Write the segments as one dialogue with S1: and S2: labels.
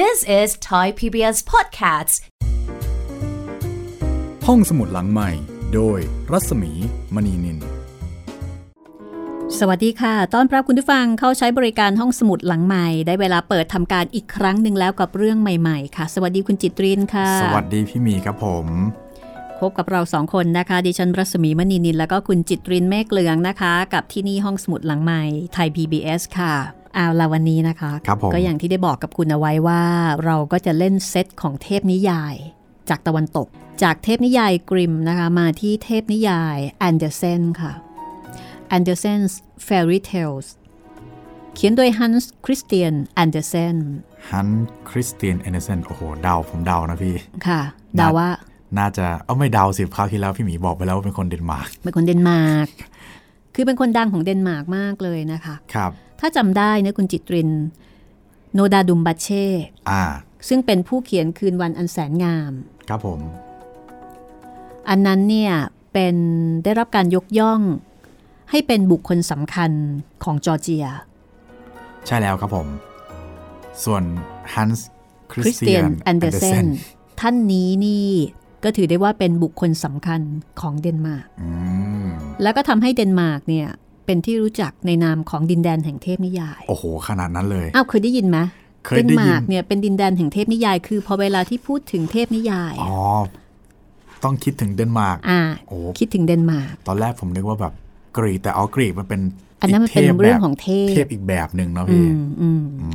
S1: This is Thai PBS Podcasts.
S2: ห้องสมุดหลังใหม่โดยรัศมีมณีนิน
S3: สวัสดีค่ะ ต้อนรับคุณผู้ฟังเข้าใช้บริการห้องสมุดหลังใหม่ ได้เวลาเปิดทำการอีกครั้งหนึ่งแล้วกับเรื่องใหม่ๆ ค่ะ สวัสดีคุณจิตรินค่ะ
S2: สวัสดีพี่หมีครับผม
S3: พบกับเราสองคนนะคะ ดิฉันรัศมีมณีนิน แล้วก็คุณจิตรินเมฆเหลืองนะคะ กับที่นี่ห้องสมุดหลังใหม่ไทย PBS ค่ะเอาละวันนี้นะคะ
S2: ครับผม
S3: ก็อย่างที่ได้บอกกับคุณเอาไว้ว่า เราก็จะเล่นเซตของเทพนิยาย จากตะวันตก จากเทพนิยายกริมนะคะ มาที่เทพนิยายแอนเดอร์เซนค่ะ Andersen's Fairy Tales เขียนโดย Hans Christian Andersen
S2: ฮันคริสเตียนแอนเดอร์เซนโอ้โหเดาผมเดานะพี่
S3: ค่ะเดาว่า
S2: น่าจะเอาไม่เดาสิบคราวที่แล้วพี่หมีบอกไปแล้วว่าเป็นคนเดนมาร์ก
S3: เป็นคนเดนมาร์ก คือเป็นคนดังของเดนมาร์กมากเลยนะคะ
S2: ครับ
S3: ถ้าจำได้นะคุณจิตริน โนดาดุมบัตเช่
S2: อ่า
S3: ซึ่งเป็นผู้เขียนคืนวันอันแสนงาม
S2: ครับผม
S3: อันนั้นเนี่ยเป็นได้รับการยกย่อง ให้เป็นบุคคลสำคัญของจอร์เจีย
S2: ใช่แล้วครับผม ส่วนฮันส์คริ
S3: คริ
S2: ส
S3: ส
S2: เตี
S3: เตี
S2: ย
S3: ย
S2: น
S3: น
S2: แอ
S3: แอน น
S2: เด
S3: เด
S2: อ
S3: อ
S2: ร์
S3: ร์
S2: เซ
S3: เซ
S2: น
S3: นท่านนี้นี่ก็ถือได้ว่าเป็นบุคคลสำคัญของเดนมาร์ก
S2: อืม
S3: แล้วก็ทำให้เดนมาร์กเนี่ย เป็นที่รู้จักในนามของดินแดนแห่งเทพนิยาย
S2: โอ้โห ขนาดนั้นเลย
S3: อ้าวเคยได้ยินไหม
S2: เคย
S3: เดน
S2: ได้
S3: มา
S2: ยิ
S3: ร์
S2: น
S3: กเนี่ยเป็นดินแดนแห่งเทพนิยาย คือพอเวลาที่พูดถึงเทพนิยาย
S2: อ๋อ ต้องคิดถึงเดนมาร์ก
S3: อ่า
S2: โอ้
S3: คิดถึงเดนมาร์ก
S2: ตอนแรกผมนึกว่าแบบกรีกแต่เอากรีกมันเป็น
S3: อันนั้นมันเป็น
S2: กทพ
S3: เรื่องของเทพ
S2: เทพอีกแบบหนึ่งเนาะ
S3: อื
S2: พี่
S3: มอืม
S2: อื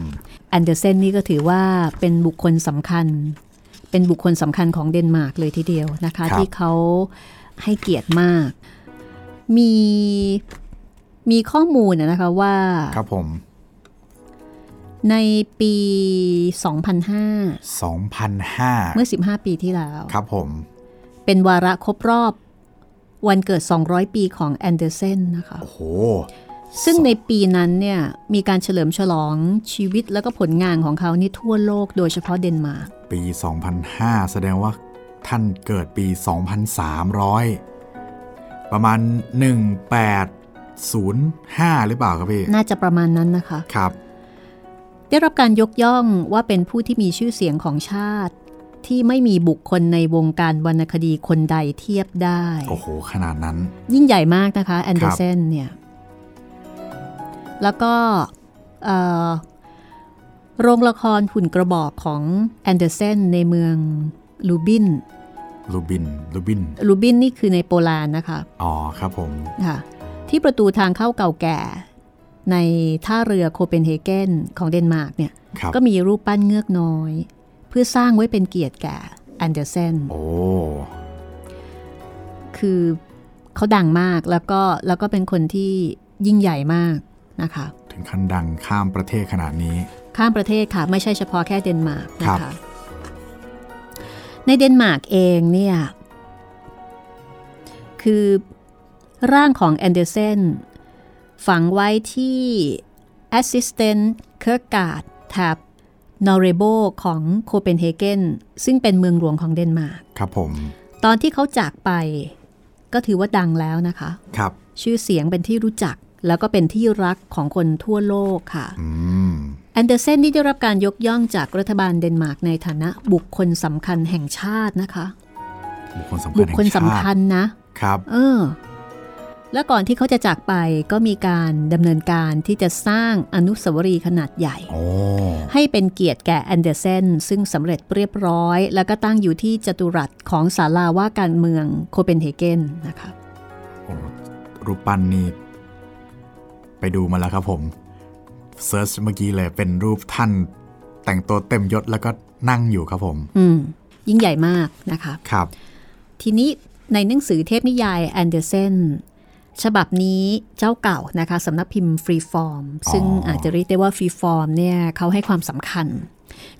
S2: ม
S3: แอนเดอร์เซนนี่ก็ถือว่าเป็นบุคคลสำคัญ เป็นบุคคลสำคัญของเดนมาร์กเลยทีเดียวนะคะ
S2: ครับ
S3: ที่เขาให้เกียรติมาก มีมีข้อมูลนะนะคะว่า
S2: ครับผม
S3: ในปี 2005
S2: 2005
S3: เมื่อ 15 ปีที่แล้ว
S2: ครับผม
S3: เป็นวาระครบรอบวันเกิด 200 ปีของแอนเดอร์เซนนะคะ
S2: โอ้โห
S3: ซึ่งในปีนั้นเนี่ยมีการเฉลิมฉลองชีวิตและก็ผลงานของเขานี่ทั่วโลกโดยเฉพาะเดนมาร์ก
S2: ปี 2005 แสดงว่าท่านเกิดปี 2300 ประมาณ 1805 หรือเปล่าครับพี่
S3: น่าจะประมาณนั้นนะคะ
S2: ครับ
S3: ได้รับการยกย่องว่าเป็นผู้ที่มีชื่อเสียงของชาติ ที่ไม่มีบุคคลในวงการวรรณคดีคนใดเทียบได้
S2: โอ้โห ขนาดนั้น
S3: ยิ่งใหญ่มากนะคะแอนเดอร์เซนเนี่ย แล้วก็เอ่อโรงละครหุ่นกระบอกของแอนเดอร์เซนในเมืองลูบิน
S2: ลูบิน ลูบิน
S3: ลูบินนี่คือในโปแลนด์นะคะ
S2: อ๋อ ครับผม
S3: ค่ะที่ประตูทางเข้าเก่าแก่ ในท่าเรือโคเปนเฮเกนของเดนมาร์กเนี่ย
S2: ครับ
S3: ก็มีรูปปั้นเงือกน้อย เพื่อสร้างไว้เป็นเกียรติแก่แอนเดอร์เซน
S2: โอ้
S3: คือเขาดังมากแล้วก็แล้วก็เป็นคนที่ยิ่งใหญ่มากนะคะ
S2: ถึงขั้นดังข้ามประเทศขนาดนี้
S3: ข้ามประเทศค่ะ ไม่ใช่เฉพาะแค่เดนมาร์กนะ
S2: ครั
S3: คะ
S2: บ
S3: ในเดนมาร์กเองเนี่ยคือร่างของแอนเดอร์เซนฝังไว้ที่ Assistant k i r k g a r d แถบนอเรโบของโคเปนเฮเกนซึ่งเป็นเมืองหลวงของเดนมาร์ก
S2: ครับผม
S3: ตอนที่เขาจากไปก็ถือว่าดังแล้วนะคะ
S2: ครับ
S3: ชื่อเสียงเป็นที่รู้จักแล้วก็เป็นที่รักของคนทั่วโลกค่ะ
S2: อืม
S3: แอนเดอร์เซนที่ได้รับการยกย่องจากรัฐบาลเดนมาร์กในฐานะบุคคลสำคัญแห่งชาตินะคะ
S2: บุคคลสำคัญ
S3: บุคคล
S2: แห่งชาติ
S3: สำคัญนะ
S2: ครับ
S3: เออ และก่อนที่เขาจะจากไปก็มีการดำเนินการที่จะสร้างอนุสาวรีย์ขนาดใหญ่
S2: โอ้
S3: ให้เป็นเกียรติแก่แอนเดอร์เซนซึ่งสำเร็จเรียบร้อย แล้วก็ตั้งอยู่ที่จตุรัสของศาลาว่าการเมืองโคเปนเฮเกนนะคะ
S2: โอ้รูปปั้นนี่ไปดูมาแล้วครับผมเซิร์ชเมื่อกี้เลยเป็นรูปท่าน แต่งตัวเต็มยศแล้วก็นั่งอยู่ครับผม
S3: อืม ยิ่งใหญ่มากนะคะ
S2: ครับ
S3: ทีนี้ในหนังสือเทพนิยายแอนเดอร์เซนฉบับนี้เจ้าเก่านะคะสำนักพิมพ์ฟรีฟอร์ม
S2: อ๋อ
S3: ซึ่งอาจจะเรียกได้ว่าฟรีฟอร์มเนี่ยเขาให้ความสำคัญ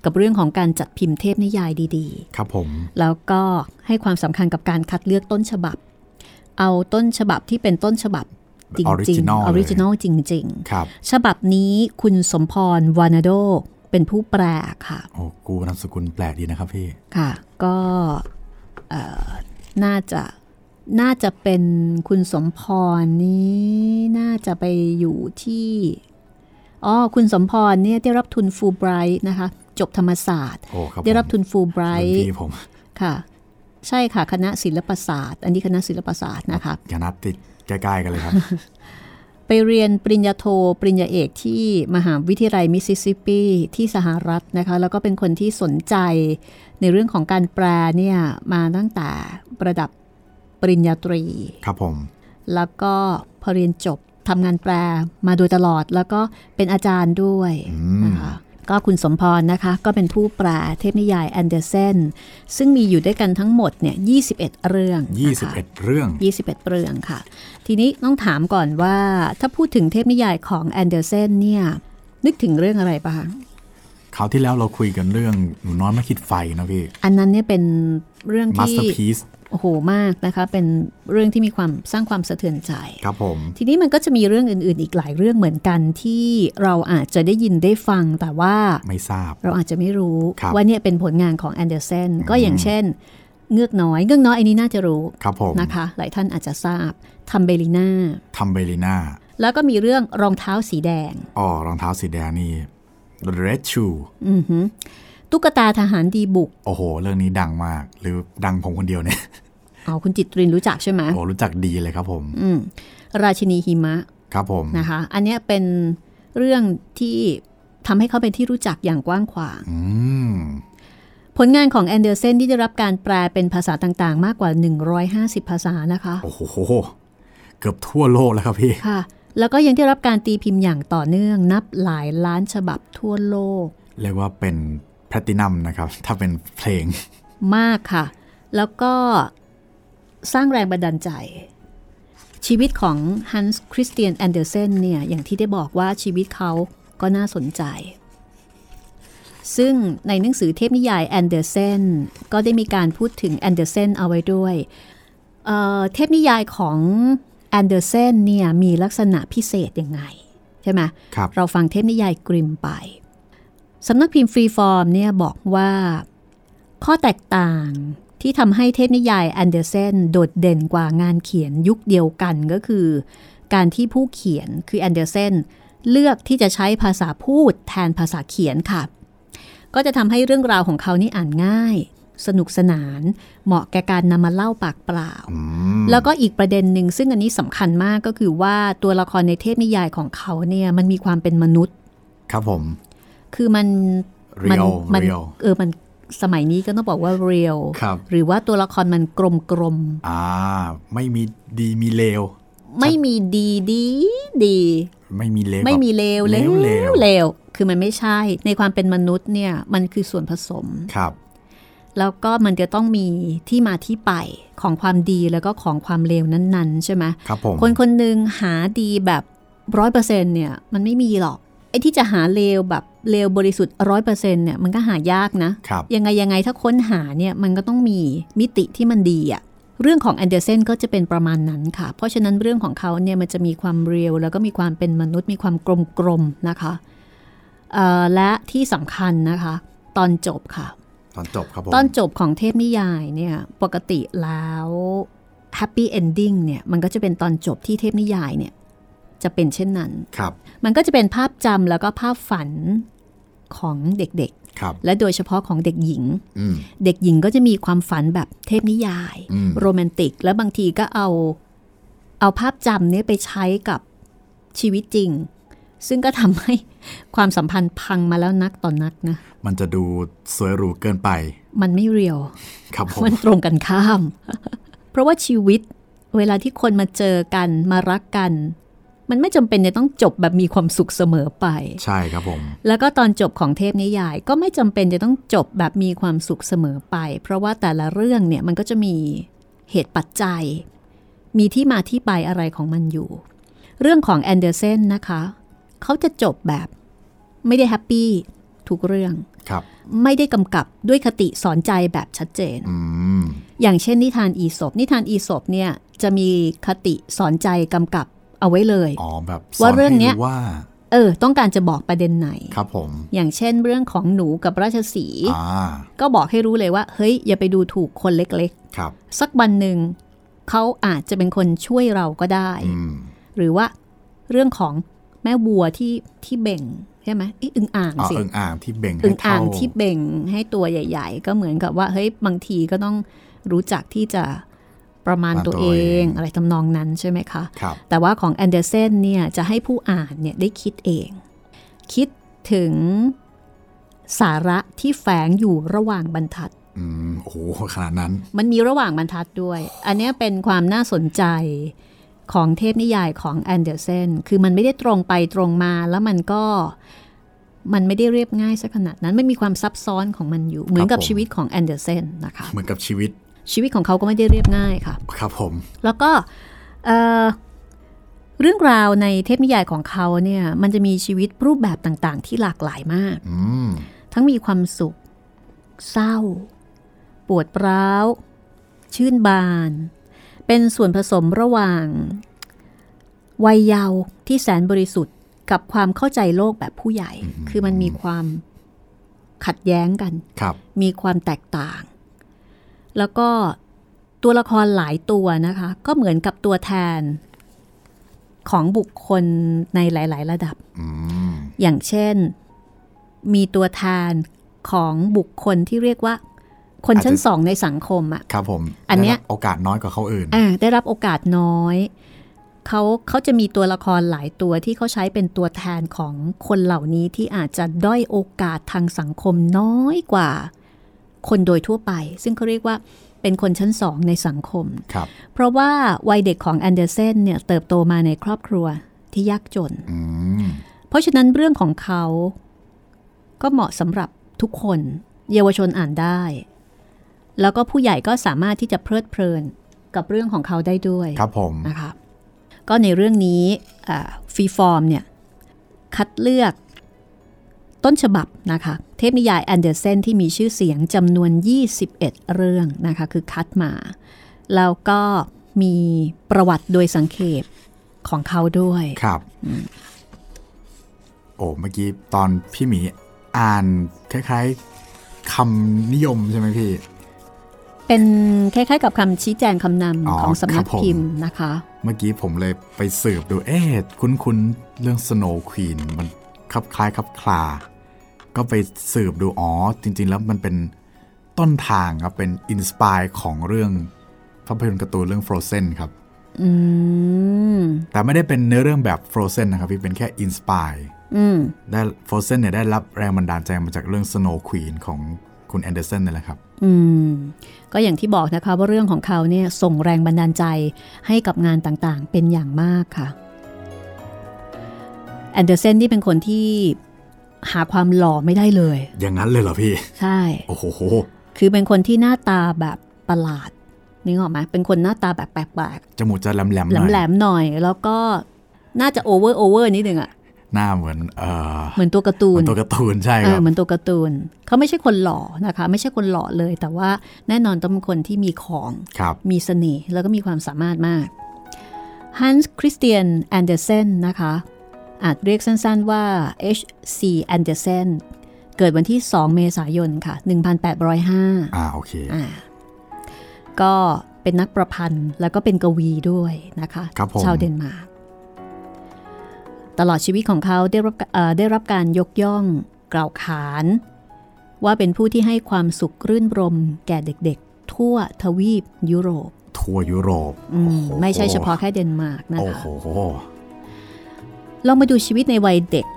S3: กับเรื่องของการจัดพิมพ์เทพนิยายดี
S2: ครับผม
S3: ๆ แล้วก็ให้ความสำคัญกับการคัดเลือกต้นฉบับ เอาต้นฉบับที่เป็นต้นฉบับจริงๆ
S2: Original เลย
S3: ออริจินอลจริง
S2: ครับ
S3: ๆ ฉบับนี้คุณสมพรวานาโดเป็นผู้แปลค่ะ
S2: โอ้กูนามสกุลแปลกดีนะครับพี่
S3: ค่ะก็เอ่อน่าจะน่าจะเป็นคุณสมพรนี้น่าจะไปอยู่ที่อ๋อคุณสมพรเนี่ยได้รับทุนฟูลไบรท์นะคะ จบธรรมศาสตร์
S2: โอ้ครับ
S3: ได้รับ
S2: ผม
S3: ทุนฟูลไบร
S2: รุ่น
S3: ท์
S2: พี่ผม
S3: ค่ะ ใช่ค่ะ คณะศิลปศาสตร์ อันนี้คณะศิลปศาสตร์นะคะ
S2: อย่านัดติดใกล้ๆกันเลยครับ
S3: ไปเรียนปริญญาโท ปริญญาเอกที่มหาวิทยาลัยมิสซิสซิปปีที่สหรัฐนะคะ แล้วก็เป็นคนที่สนใจในเรื่องของการแปลเนี่ยมาตั้งแต่ระดับปริญญาตรี
S2: ครับผม
S3: แล้วก็พอเรียนจบทำงานแปลมาโดยตลอด แล้วก็เป็นอาจารย์ด้วยนะคะก็คุณสมพรนะคะ ก็เป็นผู้แปลเทพนิยายแอนเดอร์เซนซึ่งมีอยู่ด้วยกันทั้งหมดเนี่ย21 เรื่องนะคะ
S2: 21 เรื่อง
S3: 21 เรื่องค่ะ ทีนี้ต้องถามก่อนว่าถ้าพูดถึงเทพนิยายของแอนเดอร์เซนเนี่ย นึกถึงเรื่องอะไรบ้าง
S2: คราวที่แล้วเราคุยกันเรื่องหนูน้อยไม่คิดไฟนะพี่
S3: อันนั้นเนี่ยเป็นเรื่องที่
S2: masterpiece
S3: โอ้โหมากนะคะ เป็นเรื่องที่มีความสร้างความสะเทือนใจ
S2: ครับผม
S3: ทีนี้มันก็จะมีเรื่องอื่นๆ อีกหลายเรื่องเหมือนกันที่เราอาจจะได้ยินได้ฟังแต่ว่า
S2: ไม่ทราบ
S3: เราอาจจะไม่รู้
S2: ครับ
S3: ว่าเนี่ยเป็นผลงานของแอนเดอร์เซนก็อย่างเช่น เงือกน้อย เงือกน้อยอันนี้น่าจะรู้
S2: ครับผม
S3: นะคะ หลายท่านอาจจะทราบทัมเบลิน่า
S2: ทำเบลิน่า
S3: แล้วก็มีเรื่องรองเท้าสีแดง
S2: อ๋อรองเท้าสีแดงนี่ Red Shoe
S3: ตุ๊กตาทหารดีบุก
S2: โอ้โห เรื่องนี้ดังมาก หรือดังผมคนเดียวเนี่ย
S3: เอาคุณจิตรินรู้จักใช่ไหม
S2: โอ้รู้จักดีเลยครับผม
S3: อืมราชินีหิมะ
S2: ครับผม
S3: นะคะ อันเนี้ยเป็นเรื่องที่ทำให้เขาเป็นที่รู้จักอย่างกว้างขวาง
S2: อืม
S3: ผลงานของแอนเดอร์เซนที่ได้รับการแปลเป็นภาษาต่างๆ มากกว่า 150 ภาษานะคะ
S2: โอ้โหเกือบทั่วโลกแล้วครับพี่
S3: ค่ะ แล้วก็ยังได้รับการตีพิมพ์อย่างต่อเนื่องนับหลายล้านฉบับทั่วโลก
S2: เรียกว่าเป็นแพลตินัมนะครับ ถ้าเป็นเพลง
S3: มากค่ะ แล้วก็สร้างแรงบันดาลใจ ชีวิตของฮันส์คริสเตียนแอนเดอร์เซนเนี่ย อย่างที่ได้บอกว่าชีวิตเขาก็น่าสนใจ ซึ่งในหนังสือเทพนิยายแอนเดอร์เซนก็ได้มีการพูดถึงแอนเดอร์เซนเอาไว้ด้วยเอ่อเทพนิยายของแอนเดอร์เซนเนี่ยมีลักษณะพิเศษยังไง ใช่ไหม
S2: ครับ
S3: เราฟังเทพนิยายกริมไป สำนักพิมพ์ฟรีฟอร์มเนี่ยบอกว่า ข้อแตกต่างที่ทำให้เทพนิยายแอนเดอร์เซนโดดเด่นกว่างานเขียนยุคเดียวกันก็คือ การที่ผู้เขียนคือแอนเดอร์เซนเลือกที่จะใช้ภาษาพูดแทนภาษาเขียนค่ะ ก็จะทำให้เรื่องราวของเขานี่อ่านง่าย สนุกสนาน เหมาะแก่การนำมาเล่าปากเปล่า แล้วก็อีกประเด็นหนึ่งซึ่งอันนี้สำคัญมากก็คือว่าตัวละครในเทพนิยายของเขาเนี่ยมันมีความเป็นมนุษย์
S2: ครับผม
S3: คือมันมั
S2: Real
S3: มั
S2: Real
S3: เออมันสมัยนี้ก็ต้องบอกว่าเรียล
S2: ครับ
S3: หรือว่าตัวละครมันกลมกลม
S2: อ่า ไม่มีดีมีเลว
S3: ๆไม่มีดีดีดี
S2: ไม่มีเลว
S3: ไม่มีเลว
S2: เลวเลว
S3: เลวคือมันไม่ใช่ในความเป็นมนุษย์เนี่ยมันคือส่วนผสม
S2: ครับ
S3: แล้วก็มันจะต้องมีที่มาที่ไปของความดีแล้วก็ของความเลวนั้นๆ ใช่ไหม
S2: ครับผม
S3: คนคนหนึ่งหาดีแบบร้อยเปอร์เซ็นเนี่ยมันไม่มีหรอก ไอ้ที่จะหาเลวแบบเลวบริสุทธิ์ร้อยเปอร์เซ็นเนี่ยมันก็หายากนะ
S2: ครับ
S3: ยังไงยังไงถ้าค้นหาเนี่ยมันก็ต้องมีมิติที่มันดีอะเรื่องของแอนเดอร์เซนก็จะเป็นประมาณนั้นค่ะ เพราะฉะนั้นเรื่องของเขาเนี่ยมันจะมีความเรียวแล้วก็มีความเป็นมนุษย์มีความกลมๆนะคะเอ่อและที่สำคัญนะคะ ตอนจบค่ะ
S2: ตอนจบครับผม
S3: ตอนจบของเทพนิยายเนี่ยปกติแล้วแฮปปี้เอนดิ้งเนี่ยมันก็จะเป็นตอนจบที่เทพนิยายเนี่ยจะเป็นเช่นนั้น
S2: ครับ
S3: มันก็จะเป็นภาพจำแล้วก็ภาพฝันของเด็ก
S2: ครับ
S3: ๆ และโดยเฉพาะของเด็กหญิง
S2: อืม
S3: เด็กหญิงก็จะมีความฝันแบบเทพนิยาย
S2: อืม
S3: โรแมนติก และบางทีก็เอาเอาภาพจำเนี่ยไปใช้กับชีวิตจริง ซึ่งก็ทำให้ความสัมพันธ์พังมาแล้วนักต่อนนักนะ
S2: มันจะดูสวยหรูเกินไป
S3: มันไม่เรียว
S2: ครับผม
S3: มันตรงกันข้าม เพราะว่าชีวิตเวลาที่คนมาเจอกันมารักกัน มันไม่จำเป็นจะต้องจบแบบมีความสุขเสมอไป
S2: ใช่ครับผม
S3: แล้วก็ตอนจบของเทพนิยาย ก็ไม่จำเป็นจะต้องจบแบบมีความสุขเสมอไป เพราะว่าแต่ละเรื่องเนี่ยมันก็จะมีเหตุปัจจัย มีที่มาที่ไปอะไรของมันอยู่ เรื่องของแอนเดอร์เซนนะคะ เขาจะจบแบบไม่ได้แฮปปี้ทุกเรื่อง
S2: ครับ
S3: ไม่ได้กำกับด้วยคติสอนใจแบบชัดเจน
S2: อืม
S3: อย่างเช่นนิทานอีสบนิทานอีสบเนี่ยจะมีคติสอนใจกำกับเอาไว้เลย
S2: อ๋อ แบบส
S3: ว่า
S2: อน
S3: เรื่อง
S2: ให้
S3: เนี้ย
S2: ว่า
S3: เออ ต้องการจะบอกประเด็นไหน
S2: ครับผม
S3: อย่างเช่นเรื่องของหนูกับราชสีห์
S2: อ่า
S3: ก็บอกให้รู้เลยว่า เฮ้ย อย่าไปดูถูกคนเล็ก
S2: ครับ
S3: ๆ สักวันหนึ่งเขาอาจจะเป็นคนช่วยเราก็ได้
S2: อืม
S3: หรือว่าเรื่องของแม่วัวที่ที่เบ่ง ใช่ไหมไอ้อึงอ่าง
S2: อ๋อ
S3: สิ
S2: เอิงอ่างที่เบ่ง
S3: อึ
S2: ให้
S3: ง
S2: เท่า
S3: อ่างที่เบ่งให้ตัวใหญ่ ๆ ก็เหมือนกับว่าเฮ้ยบางทีก็ต้องรู้จักที่จะประมาณตัวเอง อะไรทำนองนั้นใช่ไหมคะ
S2: ครับ
S3: แต่ว่าของแอนเดอร์เซนเนี่ยจะให้ผู้อ่านเนี่ยได้คิดเอง คิดถึงสาระที่แฝงอยู่ระหว่างบรรทัด
S2: อืมโอ้โหขนาดนั้น
S3: มันมีระหว่างบรรทัดด้วย อันเนี้ยเป็นความน่าสนใจของเทพนิยายของแอนเดอร์เซน คือมันไม่ได้ตรงไปตรงมา แล้วมันก็มันไม่ได้เรียบง่ายสักขนาดนั้น มันมีความซับซ้อนของมันอยู่ เหมือนกับ
S2: ผม
S3: ชีวิตของแอนเดอร์เซนนะคะ
S2: เหมือนกับชีวิต
S3: ชีวิตของเขาก็ไม่ได้เรียบง่ายค่ะ
S2: ครับผม
S3: แล้วก็เอ่อเรื่องราวในเทพนิยายของเขาเนี่ย มันจะมีชีวิตรูปแบบต่างๆ ที่หลากหลายมาก
S2: อืม
S3: ทั้งมีความสุข เศร้า ปวดร้าว ชื่นบาน เป็นส่วนผสมระหว่าง วัยเยาว์ที่แสนบริสุทธิ์กับความเข้าใจโลกแบบผู้ใหญ่ คือมันมีความขัดแย้งกัน
S2: ครับ
S3: มีความแตกต่าง แล้วก็ตัวละครหลายตัวนะคะ ก็เหมือนกับตัวแทนของบุคคลในหลาย ๆ ระดับ
S2: อืม
S3: อย่างเช่น มีตัวแทนของบุคคลที่เรียกว่า คนชั้นสองในสังคมอะ
S2: ครับผม
S3: อันเนี้ย
S2: ได้รับโอกาสน้อยกว่าเขาอื่น
S3: อ่ะได้รับโอกาสน้อยเขาเขาจะมีตัวละครหลายตัวที่เขาใช้เป็นตัวแทนของคนเหล่านี้ที่อาจจะด้อยโอกาสทางสังคมน้อยกว่า คนโดยทั่วไป ซึ่งเขาเรียกว่าเป็นคนชั้นสองในสังคม
S2: ครับ
S3: เพราะว่าวัยเด็กของแอนเดอร์เซนเนี่ยเติบโตมาในครอบครัวที่ยากจน
S2: อืม
S3: เพราะฉะนั้นเรื่องของเขาก็เหมาะสำหรับทุกคน เยาวชนอ่านได้ แล้วก็ผู้ใหญ่ก็สามารถที่จะเพลิดเพลินกับเรื่องของเขาได้ด้วย
S2: ครับผม
S3: นะคะก็ในเรื่องนี้ฟรีฟอร์มเนี่ย คัดเลือกต้นฉบับนะคะ เทพนิยายแอนเดอร์เซนที่มีชื่อเสียงจำนวน 21 เรื่องนะคะ คือคัดมา แล้วก็มีประวัติโดยสังเขปของเขาด้วย
S2: ครับโอ้เมื่อกี้ตอนพี่หมีอ่านคล้ายๆคำนิยมใช่ไหมพี่
S3: เป็นคล้ายๆกับคำชี้แจงคำน
S2: อ๋อ
S3: ำของสำ
S2: ค
S3: นัก
S2: รับผม
S3: พิมพ์นะคะ
S2: เมื่อกี้ผมเลยไปสืบดู เอ๊ะคุ้นๆ เรื่อง Snow Queen มันคลับคล้ายคลับคลา ก็ไปสืบดู อ๋อ จริง ๆ แล้วมันเป็นต้นทางครับ เป็นอินสปายของเรื่องภาพยนตร์การ์ตูนเรื่อง Frozen ครับ
S3: อืม
S2: แต่ไม่ได้เป็นเนื้อเรื่องแบบ Frozen นะครับพี่เป็นแค่อินสปาย
S3: อืม
S2: ได้ Frozen เนี่ยได้รับแรงบันดาลใจมาจากเรื่อง Snow Queen ของคุณแอนเดอร์เซนนี่แหละครับ
S3: อืมก็อย่างที่บอกนะคะว่าเรื่องของเขาเนี่ยส่งแรงบันดาลใจให้กับงานต่างๆ เป็นอย่างมากค่ะแอนเดอร์เซนนี่เป็นคนที่หาความหล่อไม่ได้เลย
S2: อย่างนั้นเลยเหรอพี่
S3: ใช่
S2: โอ้โห
S3: คือเป็นคนที่หน้าตาแบบประหลาดนึกออกไหมเป็นคนหน้าตาแบบแปลก
S2: จมูกจะแหลมๆ
S3: ๆ
S2: หน่อย
S3: แหลมๆหน่อย แล้วก็น่าจะโอเวอร์โอเวอร์นิดนึงอะ
S2: หน้าเหมือนเอ่อ
S3: เหมือนตัวการ์ตู
S2: เหมื
S3: น
S2: อนตัวการ์ตูนใช่
S3: เอ
S2: ค
S3: อ
S2: รับ
S3: เหมือนตัวการ์ตูนเขาไม่ใช่คนหล่อนะคะ ไม่ใช่คนหล่อเลย แต่ว่าแน่นอนต้องเป็นคนที่มีของ
S2: ครับ
S3: มีเสน่ห์แล้วก็มีความสามารถมาก Hans Christian Andersen นะคะ อาจเรียกสั้นๆว่า H.C. Andersen เกิดวันที่ 2 เมษายนค่ะ 1805
S2: อ่าโอเค
S3: อ่าก็เป็นนักประพันธ์แล้วก็เป็นกวีด้วยนะคะ
S2: ครับผม
S3: ชาวเดนมาร์ก ตลอดชีวิตของเขาได้รับเอ่อได้รับการยกย่องกล่าวขาน ว่าเป็นผู้ที่ให้ความสุขรื่นรมย์แก่เด็กๆ ทั่วทวีปยุโรป
S2: ทัวร์ยุโรป
S3: อืม
S2: โอ้โห
S3: ไม่ใช่เฉพาะแค่เดนมาร์กนะ
S2: โอ้
S3: คะ
S2: โห
S3: ลองมาดูชีวิตในวัยเด็ก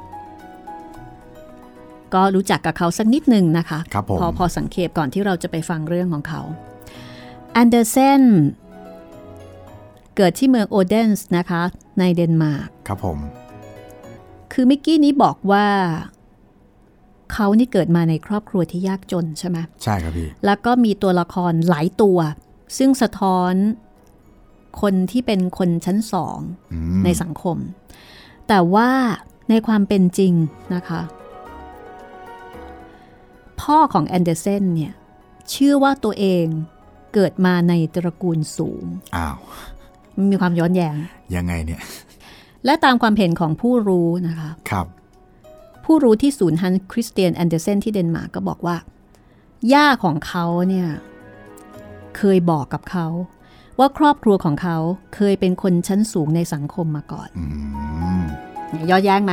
S3: ก็รู้จักกับเขาสักนิดหนึ่งนะคะ
S2: ครับผม
S3: พอพอสังเขปก่อนที่เราจะไปฟังเรื่องของเขาแอนเดอร์เซนเกิดที่เมืองโอเดนส์นะคะ ในเดนมาร์ก
S2: ครับผม
S3: คือเมิกกี้นี้บอกว่า เขานี่เกิดมาในครอบครัวที่ยากจนใช่ไหม
S2: ใช่ครับพี่
S3: แล้วก็มีตัวละครหลายตัว ซึ่งสะท้อนคนที่เป็นคนชั้นสอง
S2: อืม
S3: ในสังคม แต่ว่าในความเป็นจริงนะคะ พ่อของแอนเดอร์เซนเนี่ยเชื่อว่าตัวเองเกิดมาในตระกูลสูง
S2: อ้าว
S3: มีความย้อนแยง้ง
S2: ยังไงเนี่ย
S3: และตามความเห็นของผู้รู้นะคะ
S2: ครับ
S3: ผู้รู้ที่ศูนย์ฮันคริสเตียนแอนเดอร์เซนที่เดนมาร์กก็บอกว่า ย่าของเขาเนี่ย เคยบอกกับเขา ว่าครอบครัวของเขาเคยเป็นคนชั้นสูงในสังคมมาก่อน
S2: อืม
S3: เนี่ยย้อนแย้งไหม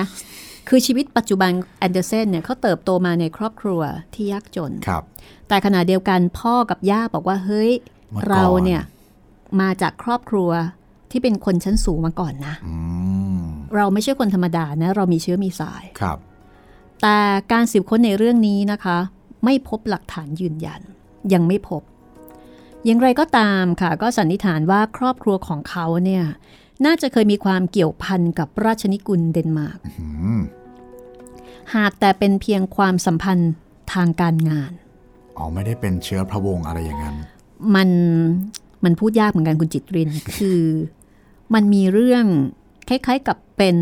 S3: คือชีวิตปัจจุบันแอนเดอร์เซนเนี่ยเขาเติบโตมาในครอบครัวที่ยากจน
S2: ครับ
S3: แต่ขณะเดียวกันพ่อกับย่าบอกว่าเฮ้ย
S2: เมื่อก่อน
S3: เราเนี่ยมาจากครอบครัวที่เป็นคนชั้นสูงมาก่อนนะ
S2: อืม
S3: เราไม่ใช่คนธรรมดานะ เรามีเชื้อมีสาย
S2: ครับ
S3: แต่การสืบค้นในเรื่องนี้นะคะ ไม่พบหลักฐานยืนยัน ยังไม่พบ อย่างไรก็ตามค่ะ ก็สันนิษฐานว่าครอบครัวของเขาเนี่ยน่าจะเคยมีความเกี่ยวพันกับราชนิกุลเดนมาร์ก
S2: อืม
S3: หากแต่เป็นเพียงความสัมพันธ์ทางการงาน
S2: อ๋อไม่ได้เป็นเชื้อพระวงศ์อะไรอย่างนั้น
S3: มันมันพูดยากเหมือนกันคุณจิตริน คือมันมีเรื่องคล้ายๆกับเป็น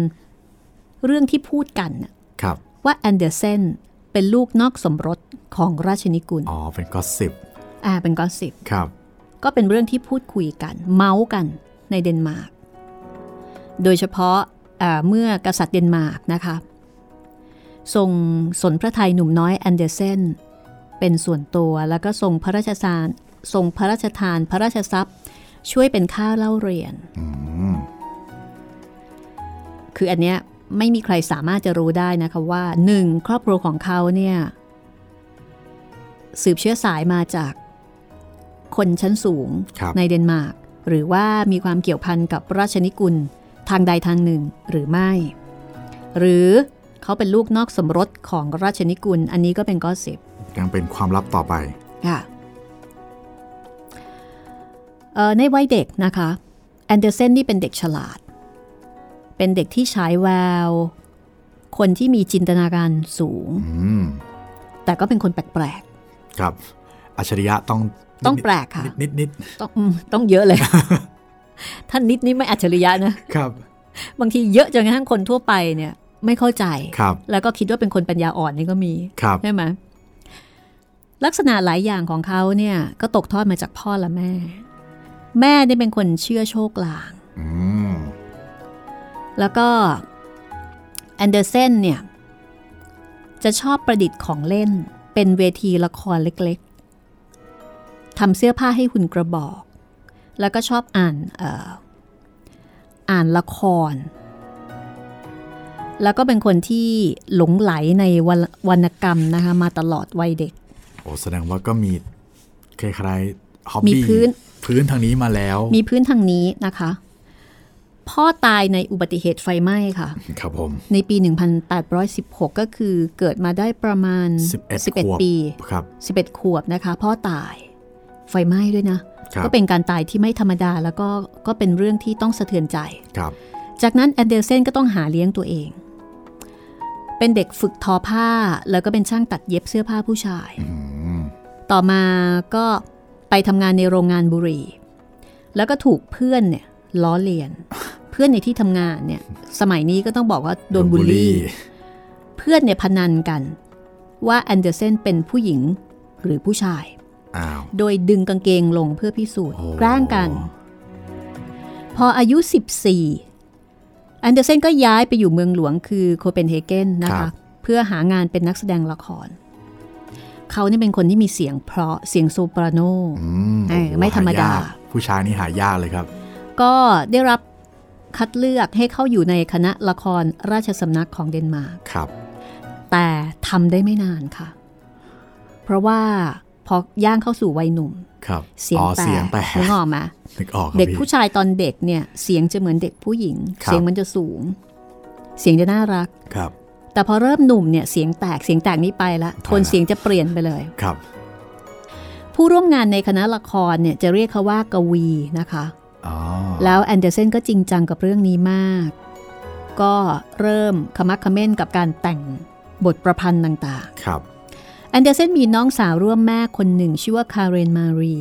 S3: เรื่องที่พูดกันน่ะ
S2: ครับ
S3: ว่าแอนเดอร์เซนเป็นลูกนอกสมรสของราชนิกุล
S2: อ๋อเป็นก็สิบ
S3: อ่าเป็นกอสซิป
S2: ครับ
S3: ก็เป็นเรื่องที่พูดคุยกัน เมาส์กันในเดนมาร์กโดยเฉพาะอ่าเมื่อกษัตริย์เดนมาร์กนะคะทรงสนพระทัยหนุ่มน้อยแอนเดอร์เซนเป็นส่วนตัวแล้วก็ทรงพระราชทานทรงพระราชทานพระราชทรัพย์ ช่วยเป็นค่าเล่าเรียน
S2: อืม
S3: คืออันเนี้ยไม่มีใครสามารถจะรู้ได้นะคะว่าหนึ่งครอบครัวของเขาเนี่ยสืบเชื้อสายมาจากคนชั้นสูง
S2: ครับ
S3: ในเดนมาร์กหรือว่ามีความเกี่ยวพันกับราชนิกุลทางใดทางหนึ่งหรือไม่ หรือเขาเป็นลูกนอกสมรสของราชนิกุล อันนี้ก็เป็นกอสซิป
S2: ยังเป็นความลับต่อไป
S3: ค่ะเอ่อในวัยเด็กนะคะแอนเดอร์เซนนี่เป็นเด็กฉลาด เป็นเด็กที่ฉายแวว คนที่มีจินตนาการสูง
S2: อืม
S3: แต่ก็เป็นคนแปลก
S2: ครับ อัจฉริยะต้อง
S3: ต้องแปลกค่ะ
S2: นิดๆนิด
S3: ๆต้องอืมต้องเยอะ เลย ท่านนิดนี่ไม่อัจฉริยะนะ
S2: ๆครับ
S3: บางทีเยอะจนกระทั่งคนทั่วไปเนี่ยไม่เข้าใจ
S2: ครับ
S3: แล้วก็คิดว่าเป็นคนปัญญาอ่อนนี่ก็มี
S2: ครับ
S3: ใช่ไหมลักษณะหลายอย่างของเขาเนี่ยก็ตกทอดมาจากพ่อและแม่ แม่เนี่ยเป็นคนเชื่อโชคลาง
S2: อืม
S3: แล้วก็แอนเดอร์เซนเนี่ยจะชอบประดิษฐ์ของเล่น เป็นเวทีละครเล็กๆทำเสื้อผ้าให้หุ่นกระบอก แล้วก็ชอบอ่านเอ่ออ่านละคร แล้วก็เป็นคนที่หลงไหลในวรรณวรรณกรรมนะคะมาตลอดวัยเด็ก
S2: โอ้แสดงว่าก็มีคล้ายๆฮอบ
S3: มี
S2: บี้
S3: พื้น
S2: พื้นทางนี้มาแล้ว
S3: มีพื้นทางนี้นะคะ พ่อตายในอุบัติเหตุไฟไหม้ค่ะ
S2: ครับผม
S3: ในปี 1816 ก็คือเกิดมาได้ประมาณ
S2: 11
S3: 11 ปี
S2: ครับ
S3: 11 ขวบนะคะ พ่อตาย ไฟไหม้ด้วยนะ
S2: ครับ
S3: ก็เป็นการตายที่ไม่ธรรมดาแล้วก็ก็เป็นเรื่องที่ต้องสะเทือนใจ
S2: ครับ
S3: จากนั้นแอนเดอร์เซนก็ต้องหาเลี้ยงตัวเอง เป็นเด็กฝึกทอผ้าแล้วก็เป็นช่างตัดเย็บเสื้อผ้าผู้ชาย
S2: อืม
S3: ต่อมาก็ไปทำงานในโรงงานบุหรี่ แล้วก็ถูกเพื่อนเนี่ยล้อเลียน เพื่อนในที่ทำงานเนี่ยสมัยนี้ก็ต้องบอกว่าโดนบูลลี่ เพื่อนเนี่ยพนันกัน ว่าแอนเดอร์เซนเป็นผู้หญิงหรือผู้ชาย
S2: อ้าว
S3: โดยดึงกางเกงลงเพื่อพิสูจน์
S2: โอ้
S3: แกล้งกัน พออายุ 14 แอนเดอร์เซนก็ย้ายไปอยู่เมืองหลวงคือโคเปนเฮเกนนะคะ เพื่อหางานเป็นนักแสดงละคร เขาเนี่ยเป็นคนที่มีเสียงเพราะเสียงโซปราโน
S2: อืม
S3: เออ
S2: โโห
S3: ไม่ธรรมดา
S2: หยกผู้ชายนี่หายากเลยครับ
S3: ก็ได้รับคัดเลือกให้เข้าอยู่ในคณะละครราชสำนักของเดนมาร์ก
S2: ครับ
S3: แต่ทำได้ไม่นานค่ะ เพราะว่าพอย่างเข้าสู่วัยหนุ่ม
S2: ครับ
S3: เสียง
S2: อ๋อ
S3: แต
S2: เสียงแต
S3: ก
S2: ก
S3: นึกออกไหม
S2: นึกออกครับ
S3: เด็ก
S2: พี่
S3: ผู้ชายตอนเด็กเนี่ย เสียงจะเหมือนเด็กผู้หญิง
S2: ครับ
S3: เสียงมันจะสูง เสียงจะน่ารัก
S2: ครับ
S3: แต่พอเริ่มหนุ่มเนี่ยเสียงแตกเสียงแตกนี้ไปละ
S2: ถอยละ
S3: คนเสียงจะเปลี่ยนไปเลย
S2: ครับ
S3: ผู้ร่วมงานในคณะละครเนี่ยจะเรียกเขาว่ากวีนะคะ
S2: อ๋อ
S3: แล้วแอนเดอร์เซนก็จริงจังกับเรื่องนี้มาก ก็เริ่มขมักเขม้นกับการแต่งบทประพันธ์ต่าง ๆ
S2: ครับ
S3: แอนเดอร์เซนมีน้องสาวร่วมแม่คนหนึ่งชื่อว่าคาเรนมารี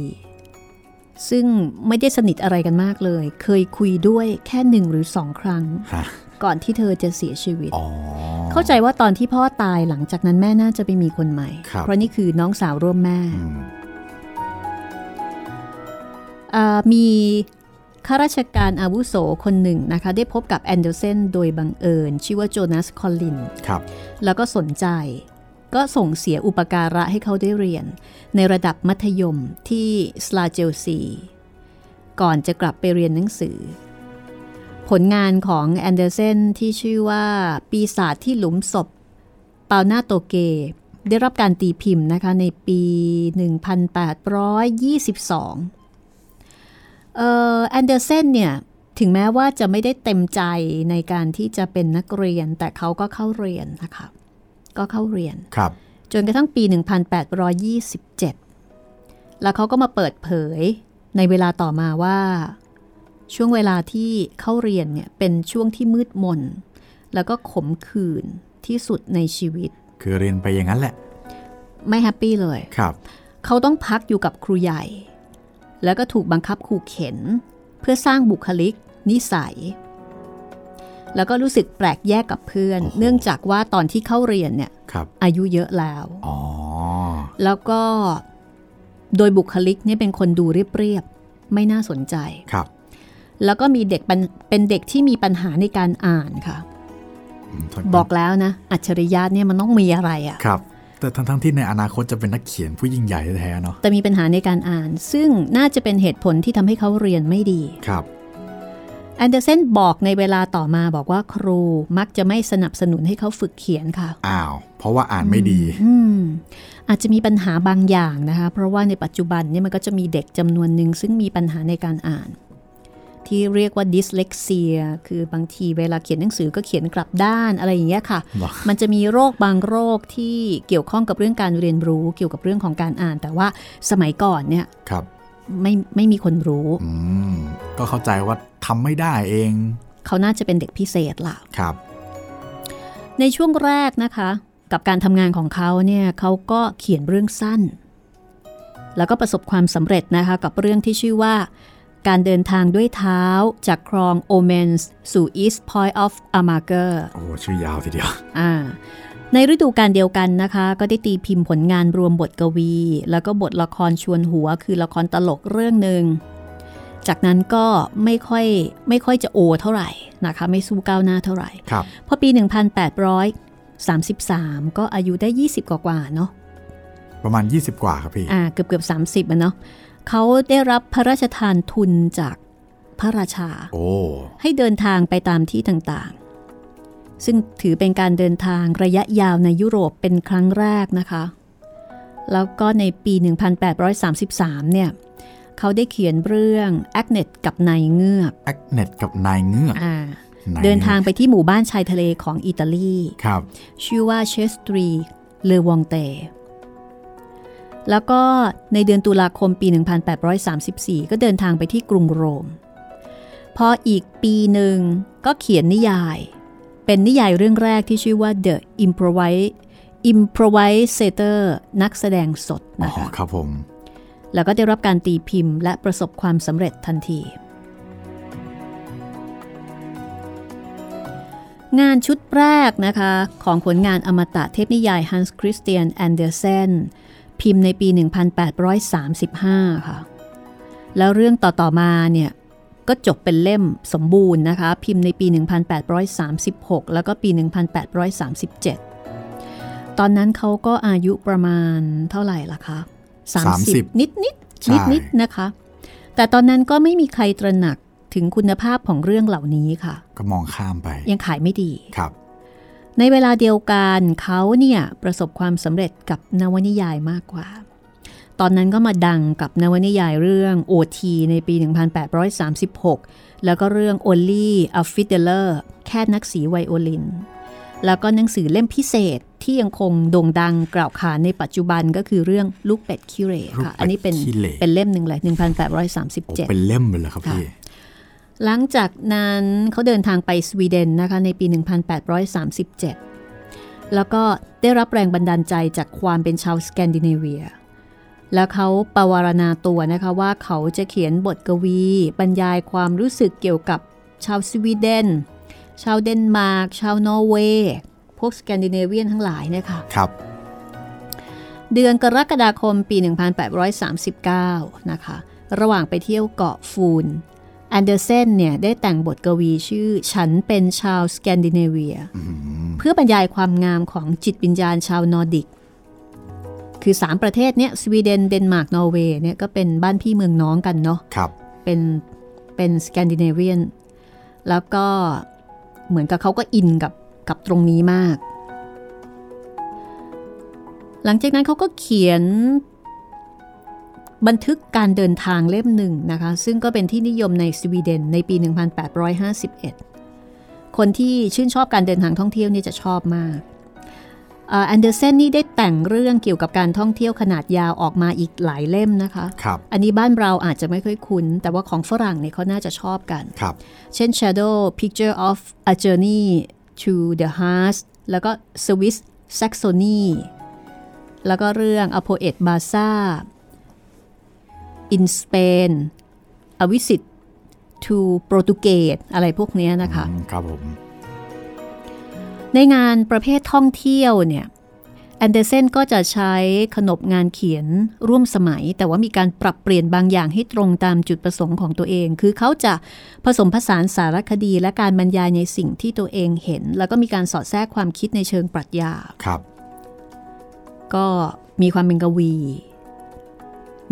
S3: ซึ่งไม่ได้สนิทอะไรกันมากเลย เคยคุยด้วยแค่หนึ่งหรือสองครั้ง
S2: ฮะ
S3: ก่อนที่เธอจะเสียชีวิต
S2: อ๋อ
S3: เข้าใจว่าตอนที่พ่อตายหลังจากนั้นแม่น่าจะไปมีคนใหม่
S2: ครับ
S3: เพราะนี่คือน้องสาวร่วมแม่
S2: อืม
S3: เอ่อมีข้าราชการอาวุโสคนหนึ่งนะคะ ได้พบกับแอนเดอร์เซนโดยบังเอิญ ชื่อว่าโจนาสคอลลิน
S2: ครับ
S3: แล้วก็สนใจ ก็ส่งเสียอุปการะให้เขาได้เรียน ในระดับมัธยมที่สลาเจลซี ก่อนจะกลับไปเรียนหนังสือ ผ ผลงานของแอนเดอร์เซนที่ชื่อว่าปีศาจที่หลุมศพปาหน้าโตเก ได้รับการตีพิมพ์นะคะในปี 1822เอ่อแอนเดอร์เซนเนี่ย ถึงแม้ว่าจะไม่ได้เต็มใจในการที่จะเป็นนักเรียน แต่เขาก็เข้าเรียนนะคะ ก็เข้าเรียน
S2: ครับ
S3: จนกระทั่งปี 1827 แล้วเขาก็มาเปิดเผยในเวลาต่อมาว่า ช่วงเวลาที่เข้าเรียนเนี่ยเป็นช่วงที่มืดมน แล้วก็ขมขื่นที่สุดในชีวิต
S2: คือเรียนไปอย่างนั้นแหละ
S3: ไม่แฮปปี้เลย
S2: ครับ
S3: เขาต้องพักอยู่กับครูใหญ่ แล้วก็ถูกบังคับขู่เข็น เพื่อสร้างบุคลิก นิสัย แล้วก็รู้สึกแปลกแยกกับเพื่อน
S2: โอ้โห
S3: เนื่องจากว่าตอนที่เข้าเรียนเนี่ย
S2: ครับ
S3: อายุเยอะแล้ว
S2: อ๋อ
S3: แล้วก็โดยบุคลิกเนี่ยเป็นคนดูเรียบๆ ไม่น่าสนใจ
S2: ครับ
S3: แล้วก็มีเด็กปัญเป็นเด็กที่มีปัญหาในการอ่านค่ะ
S2: มทั้ง
S3: บอกแล้วนะ อัจฉริยะเนี่ยมันต้องมีอะไรอะ
S2: ครับ แต่ทั้งทั้งๆที่ในอนาคตจะเป็นนักเขียนผู้ยิ่งใหญ่แท้ๆเนาะ
S3: แต่มีปัญหาในการอ่าน ซึ่งน่าจะเป็นเหตุผลที่ทำให้เขาเรียนไม่ดี
S2: ครับ
S3: แอนเดอร์เซนบอกในเวลาต่อมาบอกว่าครูมักจะไม่สนับสนุนให้เขาฝึกเขียนค่ะ
S2: อ้าว เพราะว่าอ่านไม่ดี
S3: อืมอาจจะมีปัญหาบางอย่างนะคะ เพราะว่าในปัจจุบันเนี่ยมันก็จะมีเด็กจำนวนหนึ่งซึ่งมีปัญหาในการอ่าน ที่เรียกว่าดิสเลกเซีย คือบางทีเวลาเขียนหนังสือก็เขียนกลับด้านอะไรอย่างเงี้ยค่ะ
S2: หรอ
S3: มันจะมีโรคบางโรคที่เกี่ยวข้องกับเรื่องการเรียนรู้ เกี่ยวกับเรื่องของการอ่าน แต่ว่าสมัยก่อนเนี่ย
S2: ครับ
S3: ไม่ไม่มีคนรู้
S2: อืม ก็เข้าใจว่าทำไม่ได้เอง
S3: เขาน่าจะเป็นเด็กพิเศษล่ะ
S2: ครับ
S3: ในช่วงแรกนะคะ กับการทำงานของเขาเนี่ยเขาก็เขียนเรื่องสั้น แล้วก็ประสบความสำเร็จนะคะกับเรื่องที่ชื่อว่า การเดินทางด้วยเท้าจากคลองโอเมนส์สู่ East Point of Amager
S2: โอ้ ชื่อยาวทีเดียว
S3: อ่าในฤดูการเดียวกันนะคะ ก็ได้ตีพิมพ์ผลงานรวมบทกวี แล้วก็บทละครชวนหัว คือละครตลกเรื่องหนึ่ง จากนั้นก็ไม่ค่อยไม่ค่อยจะโอเท่าไหร่นะคะ ไม่สู้ก้าวหน้าเท่าไหร่
S2: ครับ
S3: พอปี 1833 ก็อายุได้ 20 กว่ากว่าๆเนาะ
S2: ประมาณ 20 กว่าครับพี่
S3: อ่าเกือบเกือบๆ30อะเนาะเขาได้รับพระราชทานทุนจากพระราชา
S2: โอ้
S3: ให้เดินทางไปตามที่ต่างๆ ซึ่งถือเป็นการเดินทางระยะยาวในยุโรปเป็นครั้งแรกนะคะ แล้วก็ในปี 1833 เนี่ย เขาได้เขียนเรื่อง a g n e t กับนายเงือก
S2: แอคเนตกับนายเงือก
S3: อ่าย
S2: งือก
S3: เดินทางไปที่หมู่บ้านชายทะเลของอิตาลี
S2: ครับ
S3: ชื่อว่าเชสตรีเลวองเต แล้วก็ในเดือนตุลาคมปี 1834 ก็เดินทางไปที่กรุงโรม พออีกปีหนึ่งก็เขียนนิยาย เป็นนิยายเรื่องแรกที่ชื่อว่า The Improvise Improvisator นักแสดงสด
S2: อ๋อ
S3: นะคะ
S2: ครับผม
S3: แล้วก็ได้รับการตีพิมพ์และประสบความสำเร็จทันที งานชุดแรกนะคะ ของผลงานอมตะเทพนิยาย Hans Christian Andersen พิมพ์ในปี 1835 ค่ะ แล้วเรื่องต่อ ๆ มาเนี่ย ก็จบเป็นเล่มสมบูรณ์นะคะ พิมพ์ในปี 1836 แล้วก็ปี 1837 ตอนนั้นเขาก็อายุประมาณเท่าไหร่ล่ะคะ 30
S2: 30
S3: นิดนิด
S2: ใช่
S3: นิดนิดๆนะคะ แต่ตอนนั้นก็ไม่มีใครตระหนักถึงคุณภาพของเรื่องเหล่านี้ค่ะ
S2: ก็มองข้ามไป
S3: ยังขายไม่ดี
S2: ครับ
S3: ในเวลาเดียวกันเขาเนี่ยประสบความสำเร็จกับนวนิยายมากกว่า ตอนนั้นก็มาดังกับนวนิยายเรื่องโอทีในปี 1836 แล้วก็เรื่อง Only a Fiddler แค่นักสีไวโอลิน แล้วก็หนังสือเล่มพิเศษที่ยังคงโด่งดังกล่าวขานในปัจจุบันก็คือเรื่องลูกเป็ดคิเหรค่ะ อันนี้เป็น
S2: ลูกเป็ดขี้เหร่
S3: เป็นเล่มหนึ่งเลย
S2: โอ้
S3: 1837
S2: เป็นเล่มเลยเหรอครับ
S3: ค่ะ
S2: พี่
S3: หลังจากนั้นเขาเดินทางไปสวีเดนนะคะในปี 1837 แล้วก็ได้รับแรงบันดาลใจจากความเป็นชาวสแกนดิเนเวีย แล้วเขาประวารณาตัวนะคะว่าเขาจะเขียนบทกวี บรรยายความรู้สึกเกี่ยวกับชาวสวีเดน ชาวเดนมาร์ก ชาวนอร์เวย์ พวกสแกนดิเนเวียนทั้งหลายเนี่ยค่ะ
S2: ครับ
S3: เดือนกรกฎาคมปี 1839 นะคะ ระหว่างไปเที่ยวเกาะฟูน แอนเดอร์เซนเนี่ยได้แต่งบทกวีชื่อ ฉันเป็นชาวสแกนดิเนเวีย เพื่อบรรยายความงามของจิตวิญญาณชาวนอร์ดิก คือ 3 ประเทศเนี่ยสวีเดน เดนมาร์ก นอร์เวย์เนี่ยก็เป็นบ้านพี่เมืองน้องกันเนาะ
S2: ครับ
S3: เป็นเป็นสแกนดิเนเวียน แล้วก็เหมือนกับเขาก็อินกับกับตรงนี้มาก หลังจากนั้นเขาก็เขียน บันทึกการเดินทางเล่มหนึ่งนะคะ ซึ่งก็เป็นที่นิยมในสวีเดนในปี 1851 คนที่ชื่นชอบการเดินทางท่องเที่ยวเนี่ยจะชอบมากเอ่อแอนเดอร์เซนนี่ได้แต่งเรื่องเกี่ยวกับการท่องเที่ยวขนาดยาวออกมาอีกหลายเล่มนะคะ
S2: ครับ
S3: อันนี้บ้านเราอาจจะไม่ค่อยคุ้น แต่ว่าของฝรั่งเนี่ยเขาน่าจะชอบกัน
S2: ครับ
S3: เช่น Shadow Picture of a Journey to the Heart แล้วก็ Swiss Saxony แล้วก็เรื่อง A Poet Baza in Spain A Visit to Portuguese อะไรพวกเนี้ยนะคะ
S2: อืมครับผม
S3: ในงานประเภทท่องเที่ยวเนี่ยแอนเดอร์เซนก็จะใช้ขนบงานเขียนร่วมสมัย แต่ว่ามีการปรับเปลี่ยนบางอย่างให้ตรงตามจุดประสงค์ของตัวเอง คือเขาจะผสมผสานสารคดี และการบรรยายในสิ่งที่ตัวเองเห็น แล้วก็มีการสอดแทรกความคิดในเชิงปรัชญา
S2: ครับ
S3: ก็มีความเป็นกวี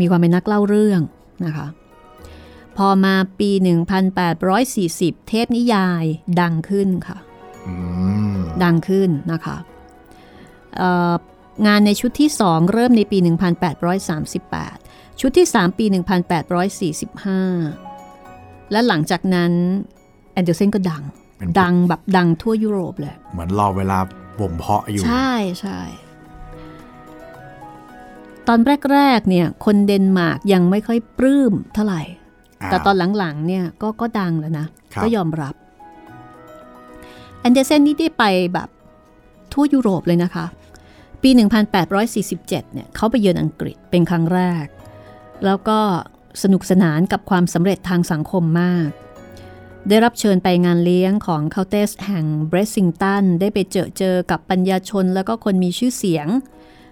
S3: มีความเป็นนักเล่าเรื่องนะคะ พอมาปี 1840 เทพนิยายดังขึ้นค่ะ
S2: อืม
S3: ดังขึ้นนะคะเอ่องานในชุดที่ 2 เริ่มในปี 1838 ชุดที่ 3 ปี 1845 และหลังจากนั้นแอนเดอร์เซนก็ดัง
S2: เป็น
S3: ดังแบบดังทั่วยุโรปเลย
S2: เหมือนรอเวลาบ่มเพาะอยู่
S3: ใช่ใช่ตอนแรกๆเนี่ยคนเดนมาร์กยังไม่ค่อยปลื้มเท่าไหร่
S2: อ่า
S3: แต่ตอนหลังๆเนี่ยก็ก็ดังแล้วนะ
S2: ครับ
S3: ก็ยอมรับแอนเดอร์เซนนี่ได้ไปแบบทั่วยุโรปเลยนะคะ ปี 1847เนี่ยเขาไปเยือนอังกฤษเป็นครั้งแรก แล้วก็สนุกสนานกับความสำเร็จทางสังคมมาก ได้รับเชิญไปงานเลี้ยงของเคาน์เตสแห่งเบรสซิงตัน ได้ไปเจอเจอกับปัญญาชนแล้วก็คนมีชื่อเสียง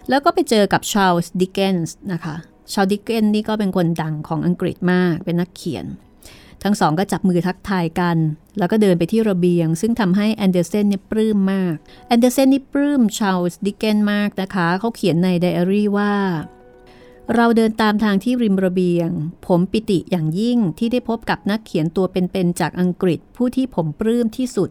S3: แล้วก็ไปเจอกับชาลส์ดิกเกนส์นะคะชาลส์ดิกเกนส์นี่ก็เป็นคนดังของอังกฤษมากเป็นนักเขียน ทั้งสองก็จับมือทักทายกัน แล้วก็เดินไปที่ระเบียง ซึ่งทำให้แอนเดอร์เซนเนี่ยปลื้มมาก แอนเดอร์เซนนี่ปลื้มชาลส์ดิกเกนส์มากนะคะ เขาเขียนในไดอารี่ว่า เราเดินตามทางที่ริมระเบียง ผมปิติอย่างยิ่งที่ได้พบกับนักเขียนตัวเป็นๆจากอังกฤษผู้ที่ผมปลื้มที่สุด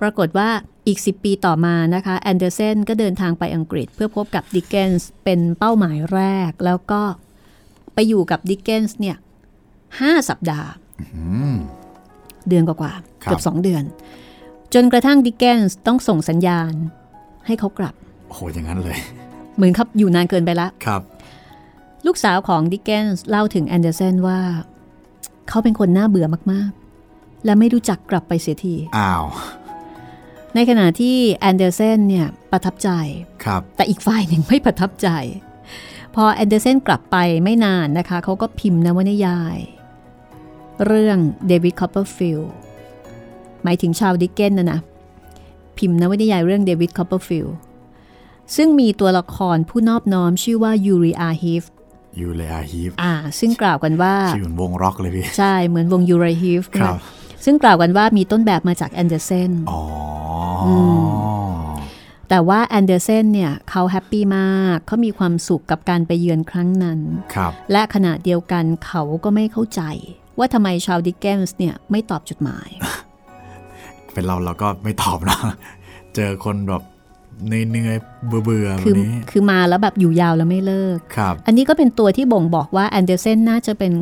S3: ปรากฏว่าอีก 10 ปีต่อมานะคะแอนเดอร์เซนก็เดินทางไปอังกฤษ เพื่อพบกับดิกเกนส์เป็นเป้าหมายแรก แล้วก็ไปอยู่กับดิกเกนส์เนี่ย ห้าสัปดาห์ เดือนกว่าๆ
S2: ครับ
S3: เกือบสองเดือน จนกระทั่งดิกเกนส์ต้องส่งสัญญาณให้เขากลับ
S2: โอ้โหอย่างนั้นเลย
S3: เหมือนครับอยู่นานเกินไปละ
S2: ครับ
S3: ลูกสาวของดิกเกนส์เล่าถึงแอนเดอร์เซนว่า เขาเป็นคนน่าเบื่อมากๆ และไม่รู้จักกลับไปเสียที
S2: อ้าว
S3: ในขณะที่แอนเดอร์เซนเนี่ยประทับใจ
S2: ครับ
S3: แต่อีกฝ่ายหนึ่งไม่ประทับใจ พอแอนเดอร์เซนกลับไปไม่นานนะคะ เขาก็พิมพ์นวนิยาย เรื่องเดวิดคอปเปอร์ฟิลด์หมายถึงชาวดิกเกนนะนะ พิมพ์นวนิยายเรื่องเดวิดคอปเปอร์ฟิลด์ซึ่งมีตัวละครผู้นอบน้อมชื่อว่ายูริอาฮิฟ
S2: อยู่เลยอาฮีฟ
S3: อ่า ซึ่งกล่าวกันว่า
S2: ชื่อเหมือนวงร็อกเลยพี่
S3: ใช่เหมือนวงยูริฮิฟ
S2: ครับ
S3: ซึ่งกล่าวกันว่ามีต้นแบบมาจากแอนเดอร์เซน
S2: อ๋ออ
S3: แต่ว่าแอนเดอร์เซนเนี่ยเขาแฮปปี้มากเขามีความสุขกับการไปเยือนครั้งนั้น
S2: ครับ
S3: และขณะเดียวกันเขาก็ไม่เข้าใจ ว่าทำไมชาวดิกเกนส์เนี่ยไม่ตอบจดหมาย
S2: เป็นเราเราก็ไม่ตอบนะ เจอคนแบบเหนื่อยๆเบื่อเบื่อๆแบ
S3: คือบ
S2: นี้
S3: คือมาแล้วแบบอยู่ยาวแล้วไม่เลิก
S2: ครับ
S3: อันนี้ก็เป็นตัวที่บ่งบอกว่าแอนเดอร์เซนน่าจะเป็น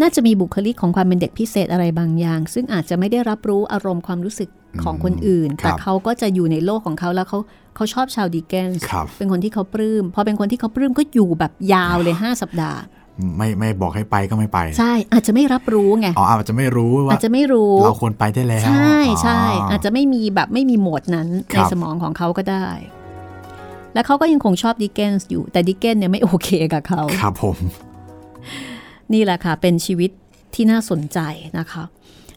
S3: น่าจะมีบุคลิกของความเป็นเด็กพิเศษอะไรบางอย่าง ซึ่งอาจจะไม่ได้รับรู้อารมณ์ความรู้สึกของคนอื่น
S2: ครั
S3: แต่
S2: บ
S3: เขาก็จะอยู่ในโลกของเขาแล้วเขาเขาชอบชาวดิกเกนส์
S2: ครับ
S3: เป็นคนที่เขาปลื้มพอเป็นคนที่เขาปลื้มก็อยู่แบบยาวเลยห้าสัปดาห์
S2: ไม่ไม่บอกให้ไปก็ไม่ไป
S3: ใช่อาจจะไม่รับรู้ไง
S2: อ๋ออาจจะไม่รู้ว่า
S3: อาจจะไม่รู้
S2: เราควรไปได้แล้ว
S3: ใช่ใช่
S2: อ๋ออ
S3: อาจจะไม่มีแบบไม่มีโหมดนั้น
S2: ค
S3: ใน
S2: รับ
S3: สมองของเขาก็ได้ และเขาก็ยังคงชอบดิกเกนส์อยู่ แต่ดิกเกนเนี่ยไม่โอเคกับเขา
S2: ครับผม
S3: นี่แหละค่ะ เป็นชีวิตที่น่าสนใจนะคะ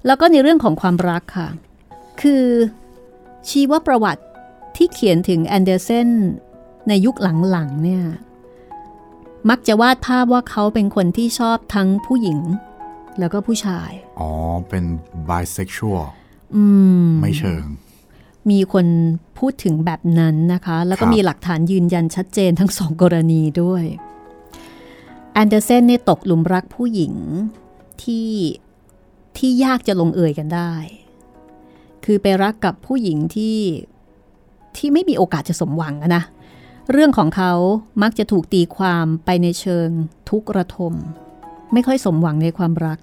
S3: แล้วก็ในเรื่องของความรักค่ะ คือชีวประวัติที่เขียนถึงแอนเดอร์เซนในยุคหลังๆเนี่ยมักจะวาดภาพว่าเขาเป็นคนที่ชอบทั้งผู้หญิง แล้วก็ผู้ชาย
S2: อ๋อ เป็น bisexual
S3: อืม
S2: ไม่เชิง
S3: มีคนพูดถึงแบบนั้นนะคะ แล้วก็
S2: ครับ
S3: มีหลักฐานยืนยันชัดเจนทั้งสองกรณีด้วยแอนเดอร์เซนเนี่ยตกหลุมรักผู้หญิงที่ ที่ยากจะลงเอยกันได้ คือไปรักกับผู้หญิงที่ที่ไม่มีโอกาสจะสมหวังอะนะ เรื่องของเขามักจะถูกตีความไปในเชิงทุกข์ระทม ไม่ค่อยสมหวังในความรัก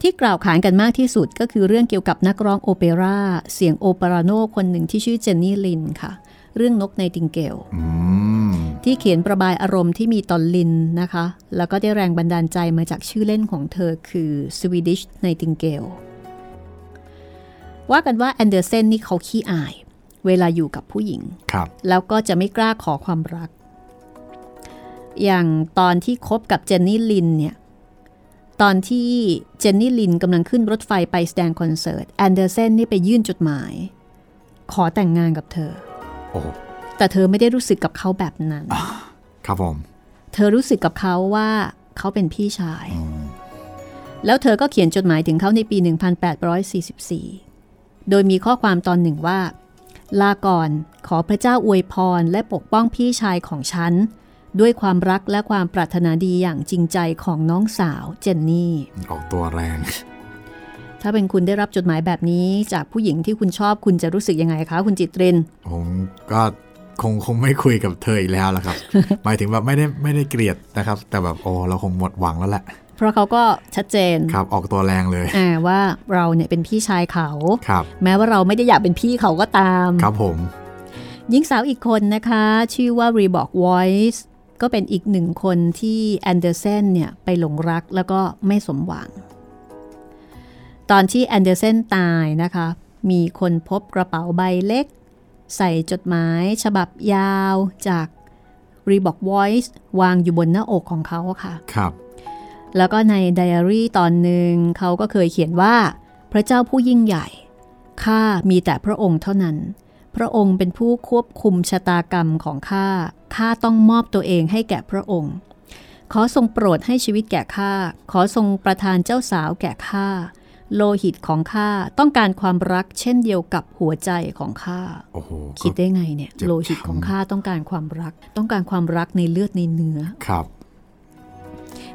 S3: ที่กล่าวขานกันมากที่สุดก็คือเรื่องเกี่ยวกับนักร้องโอเปร่าเสียงโอเปราโนคนหนึ่งที่ชื่อเจนนี่ลินค่ะ เรื่องนกในติงเกล
S2: อืม
S3: ที่เขียนประบายอารมณ์ที่มีตอนลินนะคะ แล้วก็ได้แรงบันดาลใจมาจากชื่อเล่นของเธอคือ Swedish Nightingale ว่ากันว่าแอนเดอร์เซนนี่เขาขี้อาย เวลาอยู่กับผู้หญิง
S2: ครับ
S3: แล้วก็จะไม่กล้าขอความรัก อย่างตอนที่คบกับเจนนี่ลินเนี่ย ตอนที่เจนนี่ลินกำลังขึ้นรถไฟไปแสดงคอนเสิร์ตแอนเดอร์เซนนี่ไปยื่นจดหมาย ขอแต่งงานกับเธอ
S2: โอ้
S3: แต่เธอไม่ได้รู้สึกกับเขาแบบนั้น
S2: ครับผม
S3: เธอรู้สึกกับเขาว่าเขาเป็นพี่ชาย
S2: อืม
S3: แล้วเธอก็เขียนจดหมายถึงเขาในปี 1844 โดยมีข้อความตอนหนึ่งว่า ลาก่อนขอพระเจ้าอวยพรและปกป้องพี่ชายของฉัน ด้วยความรักและความปรารถนาดีอย่างจริงใจของน้องสาวเจนนี่
S2: ออกตัวแรง
S3: ถ้าเป็นคุณได้รับจดหมายแบบนี้ จากผู้หญิงที่คุณชอบคุณจะรู้สึกยังไงคะ คุณจิตริน
S2: ผมก็คงคงไม่คุยกับเธออีกแล้วละ ครับ หมายถึงแบบไม่ได้ไม่ได้เกลียดนะครับ แต่แบบโอ้เราคงหมดหวังแล้วแหละ
S3: เพราะเขาก็ชัดเจน
S2: ครับ ออกตัวแรงเลย
S3: อ่าว่าเราเนี่ยเป็นพี่ชายเขา
S2: ครับ
S3: แม้ว่าเราไม่ได้อยากเป็นพี่เขาก็ตาม
S2: ครับผม
S3: หญิงสาวอีกคนนะคะ ชื่อว่า Reebok Voice ก็เป็นอีกหนึ่งคนที่แอนเดอร์เซนเนี่ยไปหลงรักแล้วก็ไม่สมหวัง ตอนที่แอนเดอร์เซนตายนะคะ มีคนพบกระเป๋าใบเล็ก ใส่จดหมายฉบับยาวจาก Reebok Voice วางอยู่บนหน้าอกของเขาค่ะ
S2: ครับ
S3: แล้วก็ในไดอารี่ตอนหนึ่งเขาก็เคยเขียนว่า พระเจ้าผู้ยิ่งใหญ่ ข้ามีแต่พระองค์เท่านั้น พระองค์เป็นผู้ควบคุมชะตากรรมของข้าข้าต้องมอบตัวเองให้แก่พระองค์ ขอทรงโปรดให้ชีวิตแก่ข้าขอทรงประทานเจ้าสาวแก่ข้าโลหิตของข้าต้องการความรักเช่นเดียวกับหัวใจของข้า
S2: โอ้โห
S3: คิด
S2: ก็
S3: ได้ไงเนี่ยโลหิตของข้าต้องการความรัก ต้องการความรักในเลือดในเนื้อ
S2: ครับ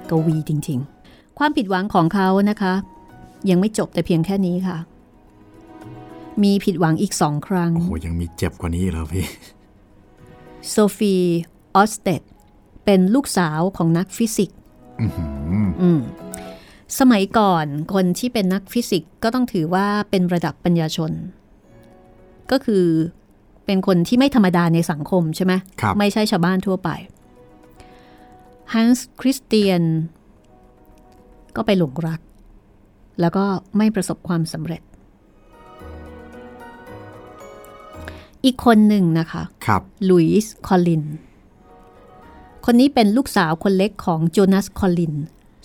S3: กวีจริงๆ ความผิดหวังของเขานะคะ ยังไม่จบแต่เพียงแค่นี้ค่ะ มีผิดหวังอีกสองครั้ง
S2: โอ้โหยังมีเจ็บกว่านี้อีกแล้วพี่
S3: โซฟีออสเตดเป็นลูกสาวของนักฟิสิกส์
S2: อื้อหือ
S3: อืมสมัยก่อนคนที่เป็นนักฟิสิกส์ก็ต้องถือว่าเป็นระดับปัญญาชน ก็คือเป็นคนที่ไม่ธรรมดาในสังคมใช่ไหม
S2: ครับ
S3: ไม่ใช่ชาวบ้านทั่วไป ฮันส์คริสเตียน ก็ไปหลงรัก แล้วก็ไม่ประสบความสำเร็จ อีกคนหนึ่งนะคะ
S2: ครับ
S3: ลุยส์คอลลิน คนนี้เป็นลูกสาวคนเล็กของโจนาสคอลลิน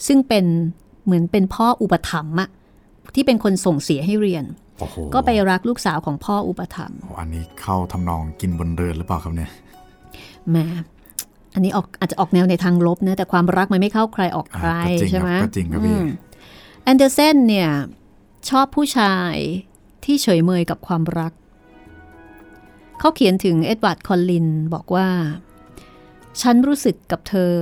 S3: ซึ่งเป็นเหมือนเป็นพ่ออุปถัมภ์อะที่เป็นคนส่งเสียให้เรียน
S2: โอ้โห
S3: ก็ไปรักลูกสาวของพ่ออุปถัมภ์
S2: โอ้อันนี้เข้าทำนองกินบนเรือนหรือเปล่าครับเนี่ย
S3: แหมอันนี้ออกอาจจะออกแนวในทางลบนะ แต่ความรักมันไม่เข้าใครออกใคร
S2: อ่าก็จริง
S3: ใช่ไหม
S2: ครับก็จริงครับพี่
S3: อืมแอนเดอร์เซนเนี่ย ชอบผู้ชายที่เฉยเมยกับความรัก เขาเขียนถึงเอ็ดวาร์ดคอลลินบอกว่า ฉันรู้สึกกับเธอ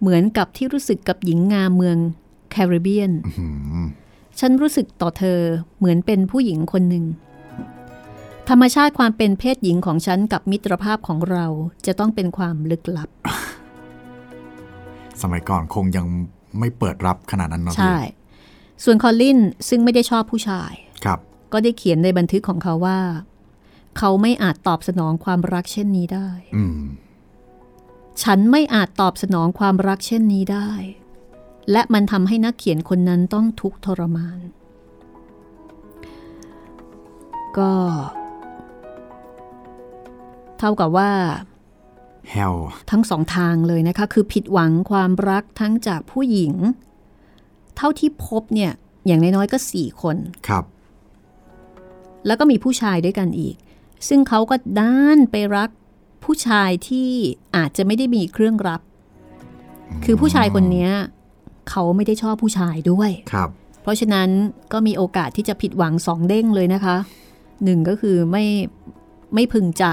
S3: เหมือนกับที่รู้สึกกับหญิงงามเมืองแคริบเบียน
S2: หืม
S3: ฉันรู้สึกต่อเธอเหมือนเป็นผู้หญิงคนหนึ่ง ธรรมชาติความเป็นเพศหญิงของฉันกับมิตรภาพของเราจะต้องเป็นความลึกลับ
S2: สมัยก่อนคงยังไม่เปิดรับขนาดนั้นเนาะ
S3: ใช่
S2: พี่
S3: ส่วนคอลลินซึ่งไม่ได้ชอบผู้ชาย
S2: ครับ
S3: ก็ได้เขียนในบันทึกของเขาว่า เขาไม่อาจตอบสนองความรักเช่นนี้ได้
S2: อืม
S3: ฉันไม่อาจตอบสนองความรักเช่นนี้ได้ และมันทำให้นักเขียนคนนั้นต้องทุกข์ทรมาน ก็ เท่ากับว่า
S2: แฮล
S3: ทั้งสองทางเลยนะคะ คือผิดหวังความรักทั้งจากผู้หญิง เท่าที่พบเนี่ย อย่างน้อยๆก็ 4 คน
S2: ครับ
S3: แล้วก็มีผู้ชายด้วยกันอีก ซึ่งเขาก็ด้านไปรักผู้ชายที่อาจจะไม่ได้มีเครื่องรับ คือผู้ชายคนเนี้ยเขาไม่ได้ชอบผู้ชายด้วย
S2: ครับ
S3: เพราะฉะนั้นก็มีโอกาสที่จะผิดหวังสองเด้งเลยนะคะหนึ่งก็คือไม่ไม่พึงใจ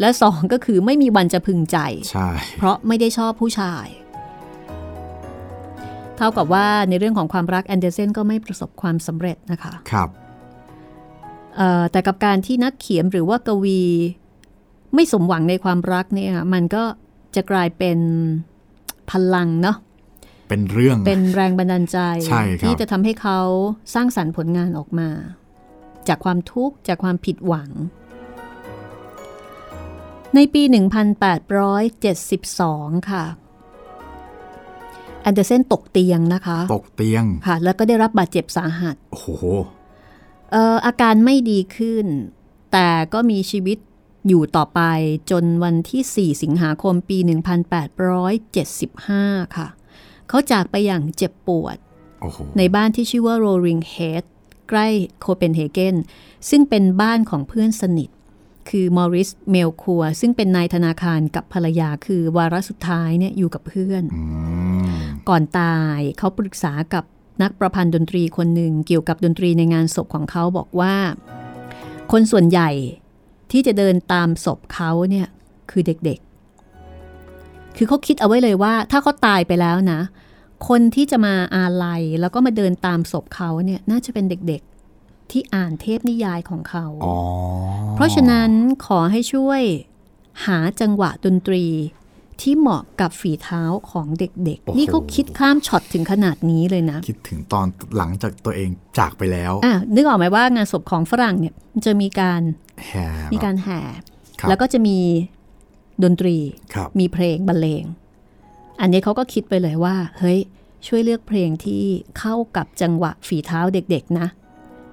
S3: และสองก็คือไม่มีวันจะพึงใจ
S2: ใช่
S3: เพราะไม่ได้ชอบผู้ชาย เท่ากับว่าในเรื่องของความรักแอนเดอร์เซนก็ไม่ประสบความสำเร็จนะคะ
S2: ครับ
S3: เอ่อแต่กับการที่นักเขียนหรือว่ากวีไม่สมหวังในความรักเนี่ยมันก็จะกลายเป็นพลังเนาะ
S2: เป็นเรื่อง
S3: เป็นแรงบันดาลใจ
S2: ใช่ครับ
S3: ที่จะทำให้เขาสร้างสรรค์ผลงานออกมา จากความทุกข์ จากความผิดหวัง ในปี 1872 ค่ะแอนเดอร์เซนตกเตียงนะคะ
S2: ตกเตียง
S3: ค่ะ แล้วก็ได้รับบาดเจ็บสาหัส
S2: โอ้โห
S3: เอ่ออาการไม่ดีขึ้น แต่ก็มีชีวิตอยู่ต่อไปจนวันที่ 4 สิงหาคมปี 1875 ค่ะ เขาจากไปอย่างเจ็บปวด
S2: โอ้โห
S3: ในบ้านที่ชื่อว่า Roaring Head ใกล้โคเปนเฮเกนซึ่งเป็นบ้านของเพื่อนสนิท คือมอริสเมลคัวซึ่งเป็นนายธนาคารกับภรรยาคือวาระสุดท้ายเนี่ยอยู่กับเพื่อน
S2: อืม
S3: ก่อนตายเขาปรึกษากับนักประพันธ์ดนตรีคนหนึ่งเกี่ยวกับดนตรีในงานศพของเขาบอกว่า คนส่วนใหญ่ที่จะเดินตามศพเขาเนี่ยคือเด็กๆ คือเขาคิดเอาไว้เลยว่า ถ้าเขาตายไปแล้วนะ คนที่จะมาอาลัยแล้วก็มาเดินตามศพเขาเนี่ยน่าจะเป็นเด็กๆที่อ่านเทพนิยายของเขา
S2: อ๋อ
S3: เพราะฉะนั้นขอให้ช่วยหาจังหวะดนตรีที่เหมาะกับฝีเท้าของเด็กๆ นี่เขาคิดข้ามช็อตถึงขนาดนี้เลยนะ
S2: คิดถึงตอนหลังจากตัวเองจากไปแล้ว
S3: อ่ะนึกออกไหมว่างานศพของฝรั่งเนี่ยมันจะมีการ
S2: แห่
S3: มีการ
S2: แบบ
S3: แห่
S2: ครับ
S3: แล้วก็จะมีดนตรี
S2: ครับ
S3: มีเพลงบรรเลง อันนี้เขาก็คิดไปเลยว่า เฮ้ย ช่วยเลือกเพลงที่เข้ากับจังหวะฝีเท้าเด็กๆนะ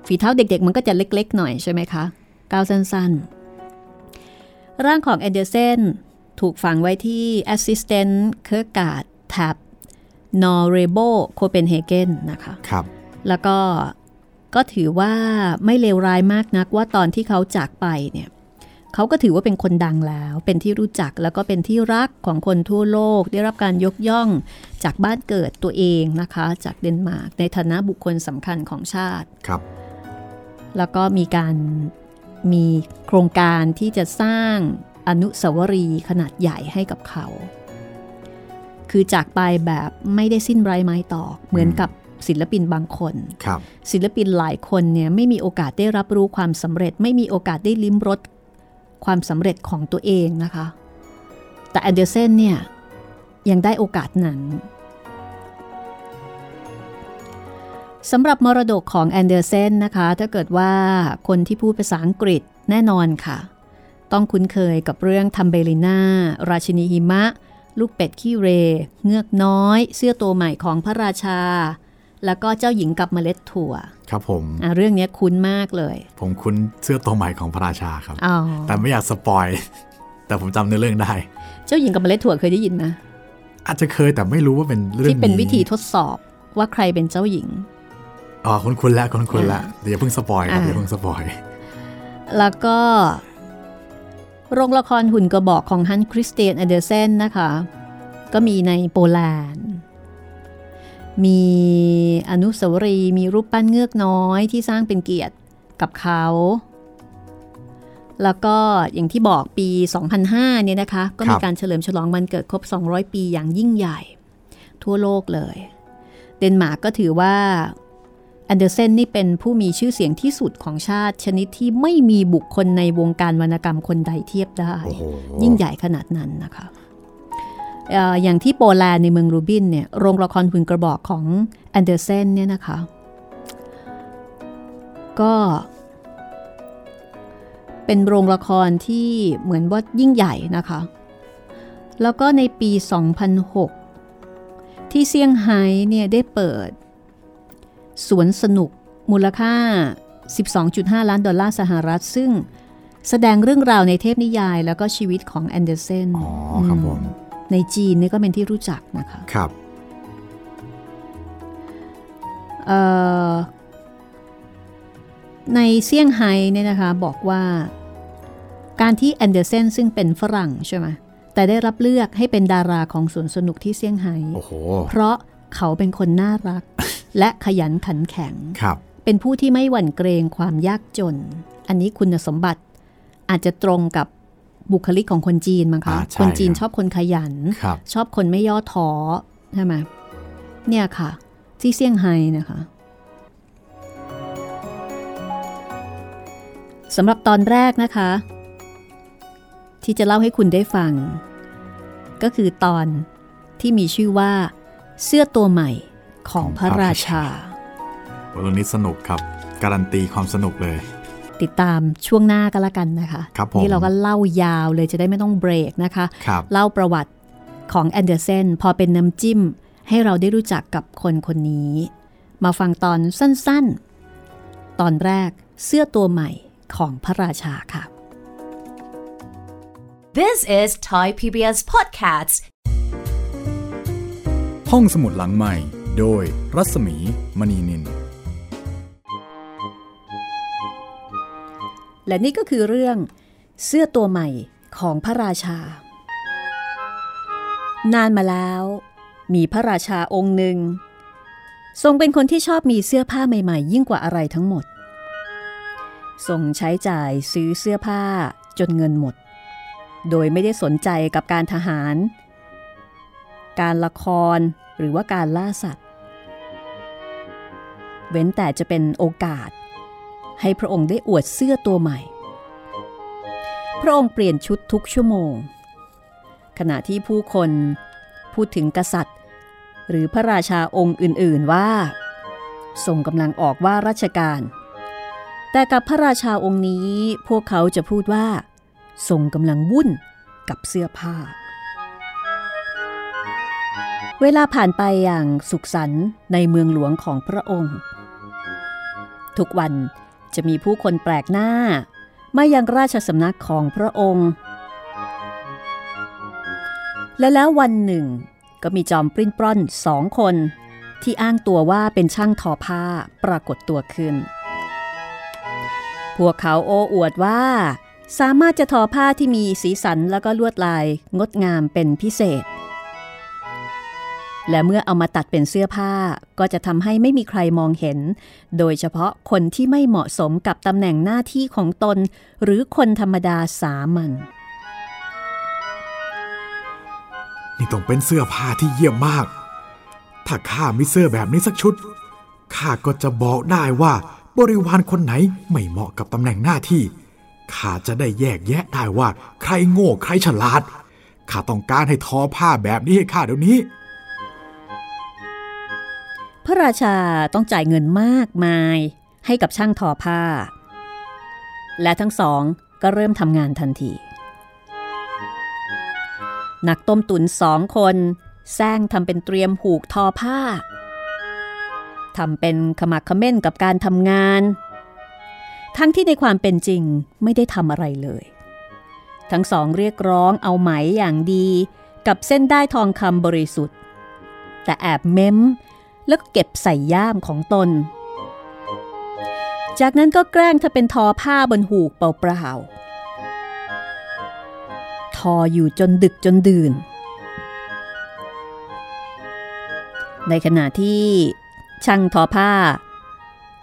S3: ฝีเท้าเด็กๆ มันก็จะเล็กๆ หน่อยใช่ไหมคะก้าวสั้นๆ ร่างของแอนเดอร์เซนถูกฝังไว้ที่ Assistant k i r k g a r d Tab n o r e b o Copenhagen นะคะ
S2: ครับ
S3: แล้วก็ก็ถือว่าไม่เลวร้ายมากนักว่าตอนที่เขาจากไปเนี่ยเขาก็ถือว่าเป็นคนดังแล้ว เป็นที่รู้จักแล้วก็เป็นที่รักของคนทั่วโลก ได้รับการยกย่องจากบ้านเกิดตัวเองนะคะ จากเดนมาร์กในฐานะบุคคลสำคัญของชาติ
S2: ครับ
S3: แล้วก็มีการมีโครงการที่จะสร้างอนุสาวรีย์ขนาดใหญ่ให้กับเขา คือจากไปแบบไม่ได้สิ้นไร้ไม้ตอกเหมือนกับศิลปินบางคน
S2: ครับ
S3: ศิลปินหลายคนเนี่ยไม่มีโอกาสได้รับรู้ความสำเร็จ ไม่มีโอกาสได้ลิ้มรสความสำเร็จของตัวเองนะคะ แต่แอนเดอร์เซนเนี่ยยังได้โอกาสนั้นสำหรับมรดกของแอนเดอร์เซนนะคะ ถ้าเกิดว่าคนที่พูดภาษาอังกฤษแน่นอนค่ะ ต้องคุ้นเคยกับเรื่องทัมเบลิน่า ราชินีหิมะ ลูกเป็ดขี้เร เงือกน้อย เสื้อตัวใหม่ของพระราชา แล้วก็เจ้าหญิงกับเมล็ดถั่ว
S2: ครับผม
S3: อ่ะเรื่องเนี้ยคุ้นมากเลย
S2: ผมคุ้นเสื้อตัวใหม่ของพระราชาครับ
S3: อ๋อ
S2: แต่ไม่อยากสปอย แต่ผมจำเนื้อเรื่องได้
S3: เจ้าหญิงกับเมล็ดถั่วเคยได้ยินไหม
S2: อาจจะเคยแต่ไม่รู้ว่าเป็นเรื่อง
S3: ที่เป็นวิธี
S2: ท
S3: ทดสอบว่าใครเป็นเจ้าหญิง
S2: อ๋อคุ้นๆแล้วคุ้นๆแล้วเดี๋ยวอย่าเพิ่งสปอยครับ
S3: อ่า
S2: อย่าเพิ่งสปอย
S3: แล้วก็ โรงละครหุ่นกระบอกของฮันส์คริสเตียนอเดอร์เซนนะคะ ก็มีในโปแลนด์ มีอนุสาวรีย์มีรูปปั้นเงือกน้อยที่สร้างเป็นเกียรติกับเขา แล้วก็อย่างที่บอกปี 2005 เนี่ยนะคะ ก็
S2: ค
S3: มี
S2: รับ
S3: การเฉลิมฉลองวันเกิดครบ 200 ปีอย่างยิ่งใหญ่ ทั่วโลกเลย เดนมาร์กก็ถือว่า แอนเดอร์เซนนี่เป็นผู้มีชื่อเสียงที่สุดของชาติ ชนิดที่ไม่มีบุคคลในวงการวรรณกรรมคนใดเทียบได้
S2: โอ้โห
S3: ยิ่งใหญ่ขนาดนั้นนะคะเอ่ออย่างที่โปแลนด์ในเมืองรูบินเนี่ยโรงละครหุ่นกระบอกของแอนเดอร์เซนเนี่ยนะคะ ก็เป็นโรงละครที่เหมือนว่ายิ่งใหญ่นะคะ แล้วก็ในปี 2006 ที่เซี่ยงไฮ้เนี่ยได้เปิด สวนสนุกมูลค่า 12.5 ล้านดอลลาร์สหรัฐ ซึ่งแสดงเรื่องราวในเทพนิยายแล้วก็ชีวิตของแอนเดอร์เซน
S2: อ๋อครับผม
S3: ในจีนนี่ก็เป็นที่รู้จักนะคะ
S2: ครับ
S3: เอ่อในเซี่ยงไฮ้เนี่ยนะคะบอกว่าการที่แอนเดอร์เซนซึ่งเป็นฝรั่งใช่ไหมแต่ได้รับเลือกให้เป็นดาราของสวนสนุกที่เซี่ยงไฮ้
S2: โอ้โห
S3: เพราะเขาเป็นคนน่ารัก และขยันขันแข็ง
S2: ครับ
S3: เป็นผู้ที่ไม่หวั่นเกรงความยากจน อันนี้คุณสมบัติอาจจะตรงกับบุคลิกของคนจีนมั้งคะ
S2: อ่าใช่
S3: คนจีน
S2: ครับ
S3: ชอบคนขยัน
S2: ครับ
S3: ชอบคนไม่ย่อท้อใช่ไหม เนี่ยค่ะ ที่เซี่ยงไฮ้นะคะสำหรับตอนแรกนะคะ ที่จะเล่าให้คุณได้ฟัง ก็คือตอนที่มีชื่อว่า เสื้อตัวใหม่ของพระราชา
S2: โอ้เรื่องนี้สนุกครับ การันตีความสนุกเลย
S3: ติดตามช่วงหน้าก็แล้วกันนะคะ
S2: ครับผม
S3: นี่เราก็เล่ายาวเลยจะได้ไม่ต้องเบรกนะคะ
S2: ครับ
S3: เล่าประวัติของแอนเดอร์เซนพอเป็นน้ำจิ้ม ให้เราได้รู้จักกับคนคนนี้ มาฟังตอนสั้นๆ ตอนแรกเสื้อตัวใหม่ของพระราชาค่ะ
S1: This is Thai PBS Podcasts.
S2: ห้องสมุดหลังใหม่ โดยรัศมีมณีนิน
S3: และนี่ก็คือเรื่องเสื้อตัวใหม่ของพระราชา นานมาแล้ว มีพระราชาองค์หนึ่ง ทรงเป็นคนที่ชอบมีเสื้อผ้าใหม่ๆ ยิ่งกว่าอะไรทั้งหมด ทรงใช้จ่ายซื้อเสื้อผ้าจนเงินหมด โดยไม่ได้สนใจกับการทหาร การละครหรือว่าการล่าสัตว์ เว้นแต่จะเป็นโอกาส ให้พระองค์ได้อวดเสื้อตัวใหม่ พระองค์เปลี่ยนชุดทุกชั่วโมง ขณะที่ผู้คนพูดถึงกษัตริย์ หรือพระราชาองค์อื่นๆว่า ทรงกำลังออกว่าราชการ แต่กับพระราชาองค์นี้พวกเขาจะพูดว่า ทรงกำลังวุ่นกับเสื้อผ้า เวลาผ่านไปอย่างสุขสันต์ในเมืองหลวงของพระองค์ ทุกวันจะมีผู้คนแปลกหน้า มายังราชสำนักของพระองค์ และแล้ววันหนึ่ง ก็มีจอมปริ้นปล้อนสองคน ที่อ้างตัวว่าเป็นช่างทอผ้าปรากฏตัวขึ้น พวกเขาโอ้อวดว่า สามารถจะทอผ้าที่มีสีสันแล้วก็ลวดลายงดงามเป็นพิเศษ และเมื่อเอามาตัดเป็นเสื้อผ้าก็จะทำให้ไม่มีใครมองเห็น โดยเฉพาะคนที่ไม่เหมาะสมกับตำแหน่งหน้าที่ของตน หรือคนธรรมดาสามัญ
S2: นี่ต้องเป็นเสื้อผ้าที่เยี่ยมมาก ถ้าข้ามีเสื้อแบบนี้สักชุด ข้าก็จะบอกได้ว่า บริวารคนไหนไม่เหมาะกับตำแหน่งหน้าที่ ข้าจะได้แยกแยะได้ว่า ใครโง่ใครฉลาด ข้าต้องการให้ทอผ้าแบบนี้ให้ข้าเดี๋ยวนี้
S3: พระราชาต้องจ่ายเงินมากมายให้กับช่างทอผ้า และทั้งสองก็เริ่มทำงานทันที นักต้มตุ๋นสองคนแซงทำเป็นเตรียมหูกทอผ้าทำเป็นขมักเขม้นกับการทำงาน ทั้งที่ในความเป็นจริงไม่ได้ทำอะไรเลย ทั้งสองเรียกร้องเอาไหมอย่างดีกับเส้นได้ทองคำบริสุทธิ์ แต่แอบเม้ม แล้วก็เก็บใส่ย่ามของตน จากนั้นก็แกล้งถ้าเป็นทอผ้าบนหูกเปล่าๆ ทออยู่จนดึกจนดื่น ในขณะที่ช่างทอผ้า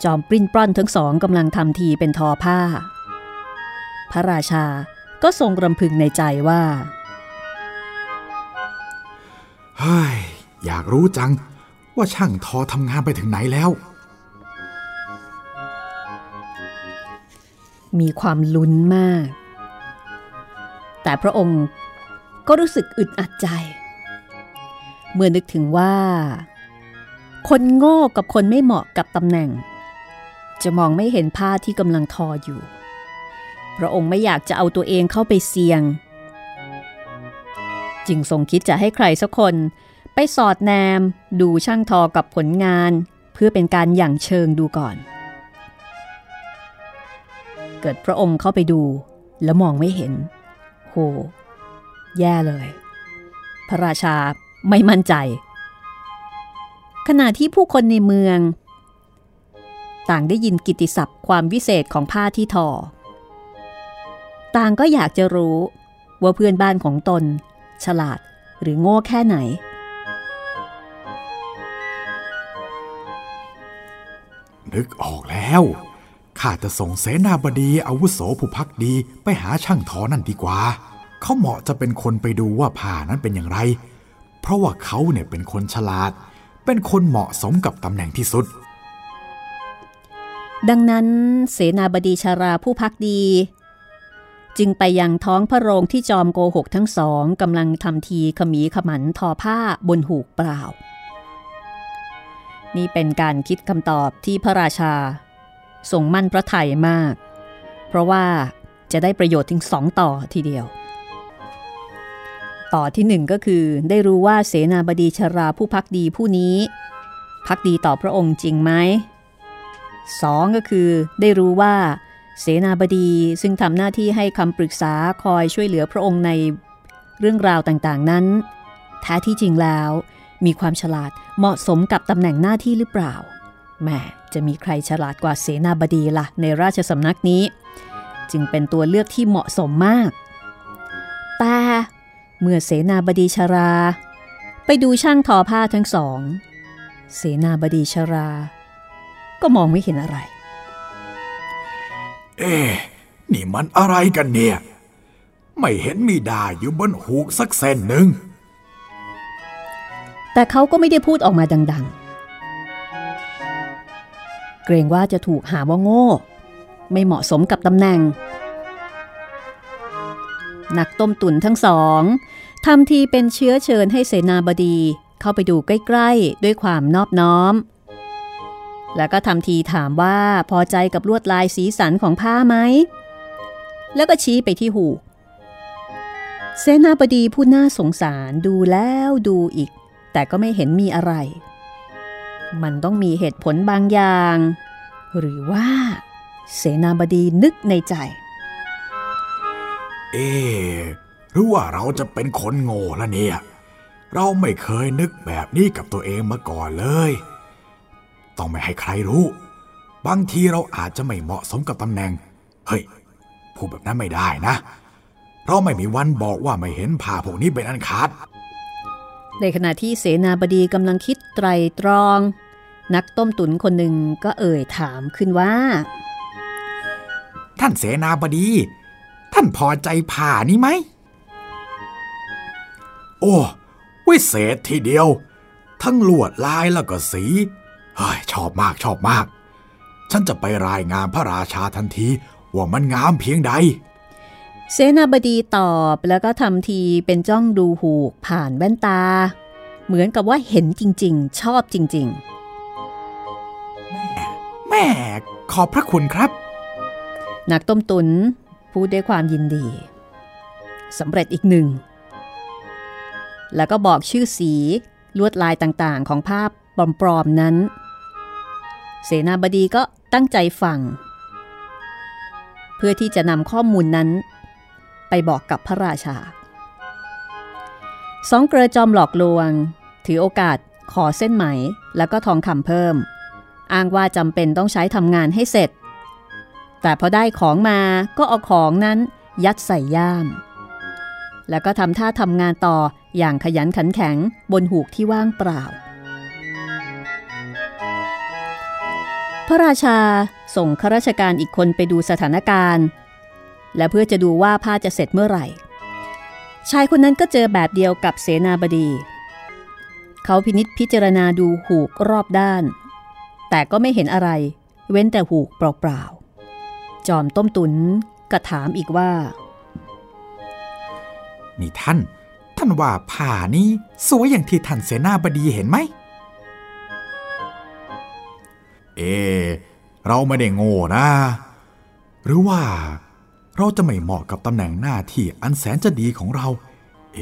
S3: จอมปริ้นปล้อนทั้งสองกำลังทำทีเป็นทอผ้า พระราชาก็ทรงรำพึงในใจว่า
S2: เฮ้ย อยากรู้จังว่าช่างทอทำงานไปถึงไหนแล้ว
S3: มีความลุ้นมาก แต่พระองค์ก็รู้สึกอึดอัดใจ เมื่อนึกถึงว่า คนโง่กับคนไม่เหมาะกับตำแหน่ง จะมองไม่เห็นผ้าที่กำลังทออยู่ พระองค์ไม่อยากจะเอาตัวเองเข้าไปเสี่ยง จึงทรงคิดจะให้ใครสักคนไปสอดแนม ดูช่างทอกับผลงาน เพื่อเป็นการหยั่งเชิงดูก่อน เกิดพระองค์เข้าไปดูแล้วมองไม่เห็น โห แย่เลย พระราชาไม่มั่นใจ ขณะที่ผู้คนในเมือง ต่างได้ยินกิตติศัพท์ความวิเศษของผ้าที่ทอ ต่างก็อยากจะรู้ว่าเพื่อนบ้านของตน ฉลาดหรือโง่แค่ไหน
S2: นึกออกแล้ว ข้าจะส่งเสนาบดีอาวุโสผู้พักดีไปหาช่างทอนั่นดีกว่า เขาเหมาะจะเป็นคนไปดูว่าผ่านั้นเป็นอย่างไร เพราะว่าเขาเนี่ยเป็นคนฉลาด เป็นคนเหมาะสมกับตำแหน่งที่สุด
S3: ดังนั้นเสนาบดีชาราผู้พักดี จึงไปยังท้องพระโรงที่จอมโกหกทั้งสองกำลังทำทีขมีขมันทอผ้าบนหูกเปล่า นี่เป็นการคิดคำตอบที่พระราชาทรงมั่นพระทัยมาก เพราะว่าจะได้ประโยชน์ถึงสองต่อทีเดียว ต่อที่หนึ่งก็คือได้รู้ว่าเสนาบดีชาราผู้พักดีผู้นี้ พักดีต่อพระองค์จริงไหม สองก็คือได้รู้ว่าเสนาบดีซึ่งทำหน้าที่ให้คำปรึกษาคอยช่วยเหลือพระองค์ในเรื่องราวต่างๆนั้น แท้ที่จริงแล้ว มีความฉลาดเหมาะสมกับตำแหน่งหน้าที่หรือเปล่าแหมจะมีใครฉลาดกว่าเสนาบดีล่ะในราชสำนักนี้ จึงเป็นตัวเลือกที่เหมาะสมมากแต่เมื่อเสนาบดีชรา ไปดูช่างทอผ้าทั้งสอง เสนาบดีชรา ก็มองไม่เห็นอะไร
S2: เอ๊ะนี่มันอะไรกันเนี่ย ไม่เห็นมีดาอยู่บนหูกสักเส้นหนึ่ง
S3: แต่เขาก็ไม่ได้พูดออกมาดัง ๆ เกรงว่าจะถูกหาว่าโง่ ไม่เหมาะสมกับตำแหน่ง นักต้มตุนทั้งสองทำทีเป็นเชื้อเชิญให้เสนาบดีเข้าไปดูใกล้ๆ ด้วยความนอบน้อม แล้วก็ทำทีถามว่าพอใจกับลวดลายสีสันของผ้าไหม แล้วก็ชี้ไปที่หูกเสนาบดีผู้น่าสงสารดูแล้วดูอีก แต่ก็ไม่เห็นมีอะไร มันต้องมีเหตุผลบางอย่าง หรือว่า เสนาบดีนึกในใจ
S2: เอ๊ะหรือว่าเราจะเป็นคนโง่ละเนี่ย เราไม่เคยนึกแบบนี้กับตัวเองมาก่อนเลย ต้องไม่ให้ใครรู้ บางทีเราอาจจะไม่เหมาะสมกับตำแหน่ง เฮ้ย พูดแบบนั้นไม่ได้นะ เราไม่มีวันบอกว่าไม่เห็นผ่าพวกนี้เป็นอันขาด
S3: ในขณะที่เสนาบดีกำลังคิดไตรตรอง นักต้มตุ๋นคนหนึ่งก็เอ่ยถามขึ้นว่า
S2: ท่านเสนาบดี ท่านพอใจผ่านี้ไหม โอ้ วิเศษทีเดียว ทั้งลวดลายแล้วก็สี เฮ้ย ชอบมากชอบมาก ฉันจะไปรายงานพระราชาทันทีว่ามันงามเพียงใด
S3: เสนาบดีตอบแล้วก็ทำทีเป็นจ้องดูหูกผ่านแว่นตา เหมือนกับว่าเห็นจริงๆ ชอบจริง ๆ
S2: แม่ขอบพระคุณครับ
S3: นักต้มตุนพูดด้วยความยินดีสำเร็จอีกหนึ่ง แล้วก็บอกชื่อสีลวดลายต่างๆ ของภาพปลอมๆนั้น เสนาบดีก็ตั้งใจฟัง เพื่อที่จะนำข้อมูลนั้น ไปบอกกับพระราชา สองเกลอจอมหลอกลวง ถือโอกาสขอเส้นไหมแล้วก็ทองคำเพิ่ม อ้างว่าจำเป็นต้องใช้ทำงานให้เสร็จ แต่พอได้ของมาก็เอาของนั้นยัดใส่ย่าม แล้วก็ทำท่าทำงานต่ออย่างขยันขันแข็งบนหูกที่ว่างเปล่า พระราชาส่งข้าราชการอีกคนไปดูสถานการณ์ และเพื่อจะดูว่าผ้าจะเสร็จเมื่อไหร่ ชายคนนั้นก็เจอแบบเดียวกับเสนาบดี เขาพินิษพิจารณาดูหูกรอบด้าน แต่ก็ไม่เห็นอะไร เว้นแต่หูกเปล่าๆ จอมต้มตุนก็ถามอีกว่า
S2: นี่ท่าน ท่านว่าผ่านี้สวยอย่างที่ท่านเสนาบดีเห็นไหม เอ เราไม่ได้โง่นะ หรือว่า เราจะไม่เหมาะกับตำแหน่งหน้าที่อันแสนจะดีของเรา เอ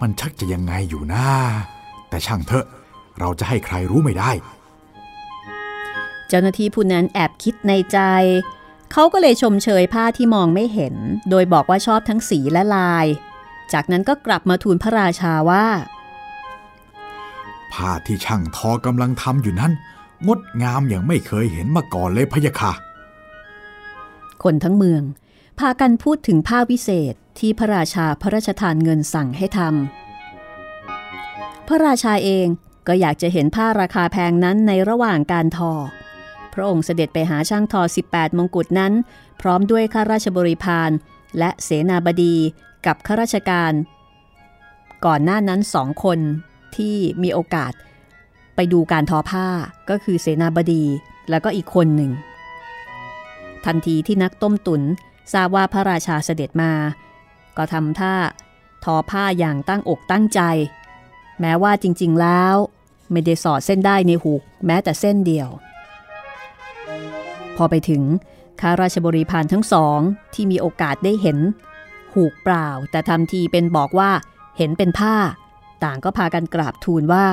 S2: มันชักจะยังไงอยู่นะ แต่ช่างเถอะ เราจะให้ใครรู้ไม่ได้
S3: เจ้าหน้าที่ผู้นั้นแอบคิดในใจ เขาก็เลยชมเชยผ้าที่มองไม่เห็น โดยบอกว่าชอบทั้งสีและลาย จากนั้นก็กลับมาทูลพระราชาว่า
S2: ผ้าที่ช่างทอกำลังทำอยู่นั้น งดงามอย่างไม่เคยเห็นมาก่อนเลยพะยะค่ะ
S3: คนทั้งเมือง พากันพูดถึงผ้าวิเศษที่พระราชาพระราชทานเงินสั่งให้ทำพระราชาเองก็อยากจะเห็นผ้าราคาแพงนั้นในระหว่างการทอ พระองค์เสด็จไปหาช่างทอ 18 มงกุฎนั้น พร้อมด้วยข้าราชบริพารและเสนาบดีกับข้าราชการ ก่อนหน้านั้นสองคนที่มีโอกาส ไปดูการทอผ้าก็คือเสนาบดีแล้วก็อีกคนหนึ่ง ทันทีที่นักต้มตุนทราบว่าพระราชาเสด็จมา ก็ทำท่าทอผ้าอย่างตั้งอกตั้งใจ แม้ว่าจริงๆแล้ว ไม่ได้สอดเส้นได้ในหูกแม้แต่เส้นเดียว พอไปถึงข้าราชบริพารทั้งสองที่มีโอกาสได้เห็น หูกเปล่า แต่ทำทีเป็นบอกว่าเห็นเป็นผ้า ต่างก็พากันกราบทูลว่า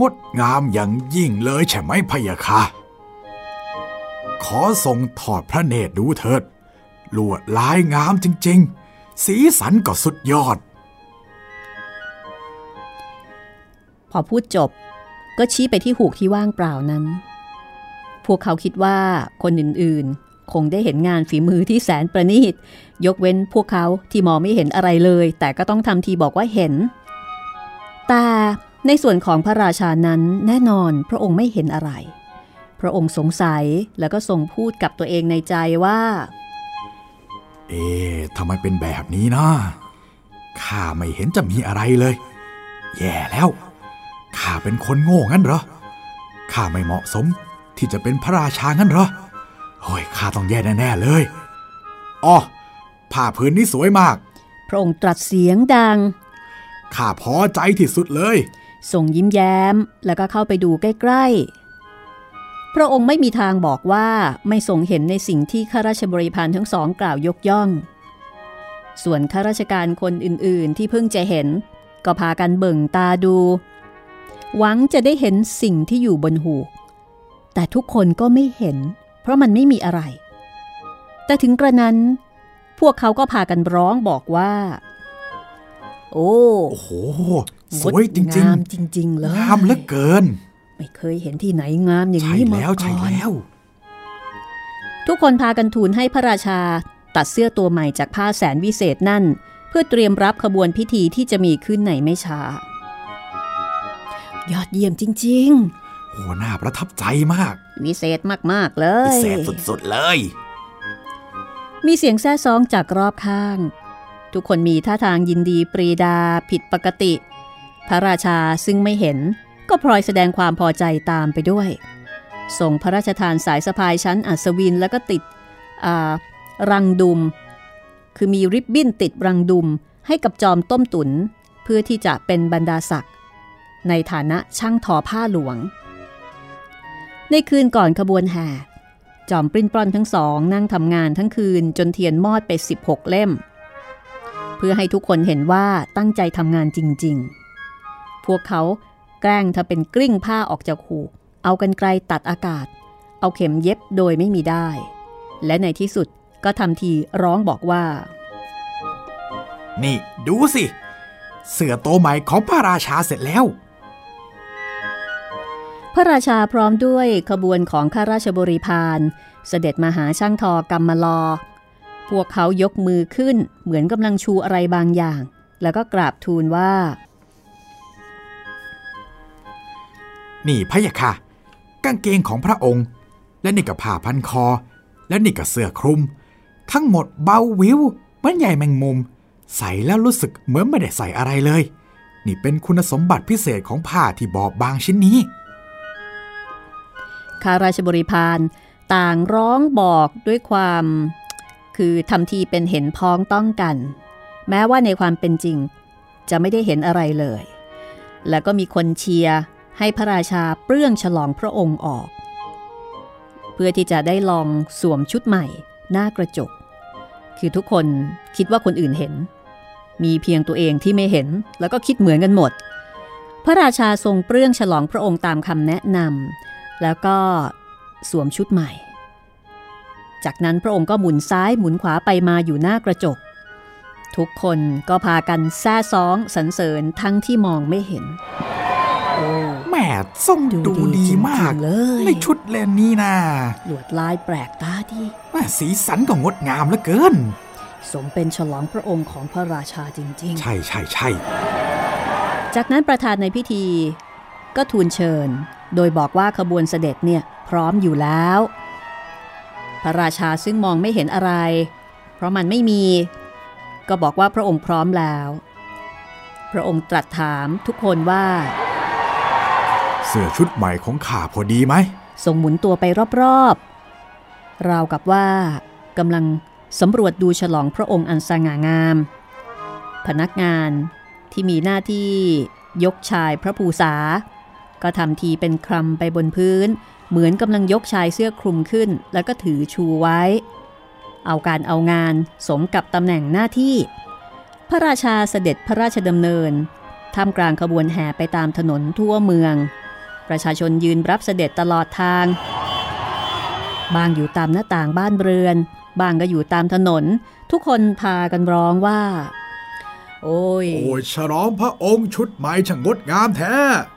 S2: งดงามอย่างยิ่งเลยใช่ไหมพะยะค่ะ ขอทรงถอดพระเนตรดูเถิด ลวดลายงามจริงๆ สีสันก็สุดยอด
S3: พอพูดจบก็ชี้ไปที่หูกที่ว่างเปล่านั้น พวกเขาคิดว่าคนอื่นๆ คงได้เห็นงานฝีมือที่แสนประณีต ยกเว้นพวกเขาที่มองไม่เห็นอะไรเลย แต่ก็ต้องทำทีบอกว่าเห็น แต่ในส่วนของพระราชานั้นแน่นอนพระองค์ไม่เห็นอะไร พระองค์สงสัยแล้วก็ทรงพูดกับตัวเองในใจว่า
S2: เอ๊ะทำไมเป็นแบบนี้นะ ข้าไม่เห็นจะมีอะไรเลย แย่แล้ว ข้าเป็นคนโง่งั้นเหรอ ข้าไม่เหมาะสมที่จะเป็นพระราชางั้นเหรอโอ้ยข้าต้องแย่แน่ๆเลยอ๋อผ้าผืนนี้สวยมาก
S3: พระองค์ตรัสเสียงดัง
S2: ข้าพอใจที่สุดเลย
S3: ส่งยิ้มแย้มแล้วก็เข้าไปดูใกล้ๆ พระองค์ไม่มีทางบอกว่าไม่ทรงเห็นในสิ่งที่ข้าราชบริพารทั้งสองกล่าวยกย่อง ส่วนข้าราชการคนอื่นๆ ที่เพิ่งจะเห็น ก็พากันเบิ่งตาดู หวังจะได้เห็นสิ่งที่อยู่บนหูก แต่ทุกคนก็ไม่เห็น เพราะมันไม่มีอะไร แต่ถึงกระนั้น พวกเขาก็พากันร้องบอกว่า โอ้
S2: โอ้โห สวยจริง
S3: งามจริง ๆ เล
S2: ๆ
S3: ย
S2: งามเหลือเกิน
S3: ไม่เคยเห็นที่ไหนงามอย่าง
S2: ใช่
S3: นี้มา
S2: แล้วใช่
S3: ก่อน
S2: แล้ว
S3: ทุกคนพากันทูลให้พระราชาตัดเสื้อตัวใหม่จากผ้าแสนวิเศษนั่น เพื่อเตรียมรับขบวนพิธีที่จะมีขึ้นในไม่ช้า ยอดเยี่ยมจริง
S2: โหน่าประทับใจมาก
S3: ๆ วิเศษมาก ๆ เล
S2: พิ
S3: ย
S2: เศษสุดๆเลย
S3: มีเสียงแซ่ซ้องจากรอบข้าง ทุกคนมีท่าทางยินดีปรีดาผิดปกติ พระราชาซึ่งไม่เห็น ก็พลอยแสดงความพอใจตามไปด้วยส่งพระราชทานสายสะพายชั้นอัศวินแล้วก็ติดอ่ารังดุม คือมีริบบิ้นติดรังดุมให้กับจอมต้มตุน เพื่อที่จะเป็นบรรดาศักดิ์ในฐานะช่างทอผ้าหลวง ในคืนก่อนขบวนแห่ จอมปริ้นปล้อนทั้งสองนั่งทำงานทั้งคืนจนเทียนมอดไป 16 เล่ม เพื่อให้ทุกคนเห็นว่าตั้งใจทำงานจริง ๆ พวกเขาแกล้งทำเป็นกลิ้งผ้าออกจากหูกเอากันไกลตัดอากาศ เอาเข็มเย็บโดยไม่มีได้ และในที่สุดก็ทำทีร้องบอกว่า
S2: นี่ดูสิ เสือโตวใหม่ของพระราชาเสร็จแล้ว
S3: พระราชาพร้อมด้วยขบวนของข้าราชบริพารเสด็จมาหาช่างทอกรรมลอ พวกเขายกมือขึ้นเหมือนกำลังชูอะไรบางอย่าง แล้วก็กราบทูลว่า
S2: นี่พะยะค่ะ กางเกงของพระองค์ และนี่กับผ้าพันคอ และนี่กับเสื้อคลุม ทั้งหมดเบาวิวเหมือนใหญ่แมงมุม ใส่แล้วรู้สึกเหมือนไม่ได้ใส่อะไรเลย นี่เป็นคุณสมบัติพิเศษของผ้าที่บอบบางชิ้นนี้
S3: ข้าราชบริพารต่างร้องบอกด้วยความ คือทำทีเป็นเห็นพ้องต้องกัน แม้ว่าในความเป็นจริง จะไม่ได้เห็นอะไรเลย แล้วก็มีคนเชียร์ให้พระราชาเปลื้องฉลองพระองค์ออก เพื่อที่จะได้ลองสวมชุดใหม่หน้ากระจก คือทุกคนคิดว่าคนอื่นเห็น มีเพียงตัวเองที่ไม่เห็นแล้วก็คิดเหมือนกันหมด พระราชาทรงเปลื้องฉลองพระองค์ตามคำแนะนำ แล้วก็สวมชุดใหม่ จากนั้นพระองค์ก็หมุนซ้ายหมุนขวาไปมาอยู่หน้ากระจก ทุกคนก็พากันแซ่ซ้องสรรเสริญทั้งที่มองไม่เห็น
S2: แหม่ทรง
S3: ดู
S2: ดูดี
S3: ดีจริงๆ
S2: มาก
S3: เลย
S2: ในชุดเลนนี้นะ
S3: หลวดลายแปลกตาดี
S2: แหม่สีสันก็งดงามเหลือเกิน
S3: สมเป็นฉลองพระองค์ของพระราชาจริง
S2: ใช่ใช่ใช่
S3: ๆ จากนั้นประธานในพิธี ก็ทูลเชิญ โดยบอกว่าขบวนเสด็จเนี่ยพร้อมอยู่แล้ว พระราชาซึ่งมองไม่เห็นอะไร เพราะมันไม่มี ก็บอกว่าพระองค์พร้อมแล้ว พระองค์ตรัสถามทุกคนว่า
S2: เสื้อชุดใหม่ของข้าพอดีไหม
S3: ทรงหมุนตัวไปรอบๆ ราวกับว่ากำลังสำรวจดูฉลองพระองค์อันสง่างาม พนักงานที่มีหน้าที่ยกชายพระภูษา ก็ทำทีเป็นคลำไปบนพื้น เหมือนกำลังยกชายเสื้อคลุมขึ้น แล้วก็ถือชูไว้ เอาการเอางานสมกับตำแหน่งหน้าที่ พระราชาเสด็จพระราชดำเนินท่ามกลางขบวนแห่ไปตามถนนทั่วเมือง ประชาชนยืนรับเสด็จตลอดทาง บางอยู่ตามหน้าต่างบ้านเรือน บางก็อยู่ตามถนน ทุกคนพากันร้องว่า โอ้ย
S2: โอ้ยฉลองพระองค์ชุดใหม่ช่างงดงามแท้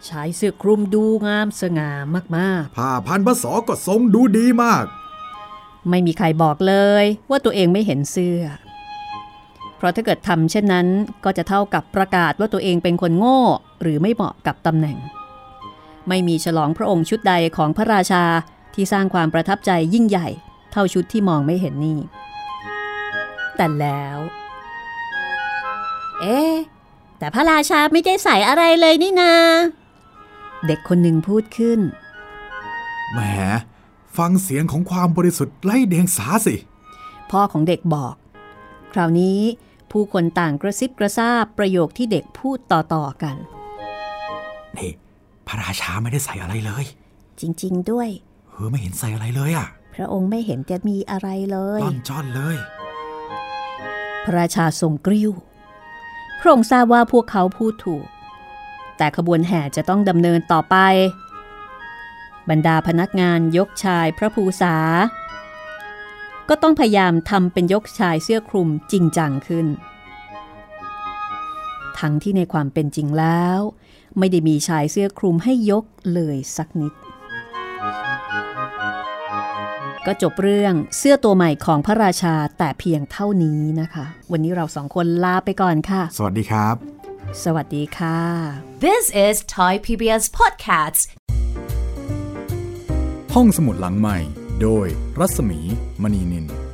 S3: ชายเสื้อคลุมดูงามสง่ามาก
S2: ผ้าพันพระศอก็ทรงดูดีมาก
S3: ๆ ไม่มีใครบอกเลย ว่าตัวเองไม่เห็นเสื้อ เพราะถ้าเกิดทำเช่นนั้นก็จะเท่ากับประกาศว่าตัวเองเป็นคนโง่ หรือไม่เหมาะกับตำแหน่ง ไม่มีฉลองพระองค์ชุดใดของพระราชาที่สร้างความประทับใจยิ่งใหญ่ เท่าชุดที่มองไม่เห็นนี่ แต่แล้ว เอ๊ะแต่พระราชาไม่ได้ใส่อะไรเลยนี่นา เด็กคนหนึ่งพูดขึ้น
S2: แหม ฟังเสียงของความบริสุทธิ์ไล่เดียงสาสิ
S3: พ่อของเด็กบอก คราวนี้ผู้คนต่างกระซิบกระซาบประโยคที่เด็กพูดต่อ ๆ กัน
S2: นี่ พระราชาไม่ได้ใส่อะไรเลย
S3: จริง ๆ ด้วย
S2: เฮ้อไม่เห็นใส่อะไรเลยอะ
S3: พระองค์ไม่เห็นจะมีอะไรเลย
S2: ล่อนจ้อนเลย
S3: พระราชาทรงกริ้ว พระองค์ทราบว่าพวกเขาพูดถูก แต่ขบวนแห่จะต้องดำเนินต่อไป บรรดาพนักงานยกชายพระภูษา ก็ต้องพยายามทำเป็นยกชายเสื้อคลุมจริงจังขึ้น ทั้งที่ในความเป็นจริงแล้ว ไม่ได้มีชายเสื้อคลุมให้ยกเลยสักนิด ก็จบเรื่องเสื้อตัวใหม่ของพระราชาแต่เพียงเท่านี้นะคะ วันนี้เราสองคนลาไปก่อนค่ะ
S2: สวัสดีครับ
S3: สวัสดีค่ะ
S1: This is Thai PBS Podcasts.
S2: ห้องสมุดหลังใหม่ โดยรัศมีมณีนิน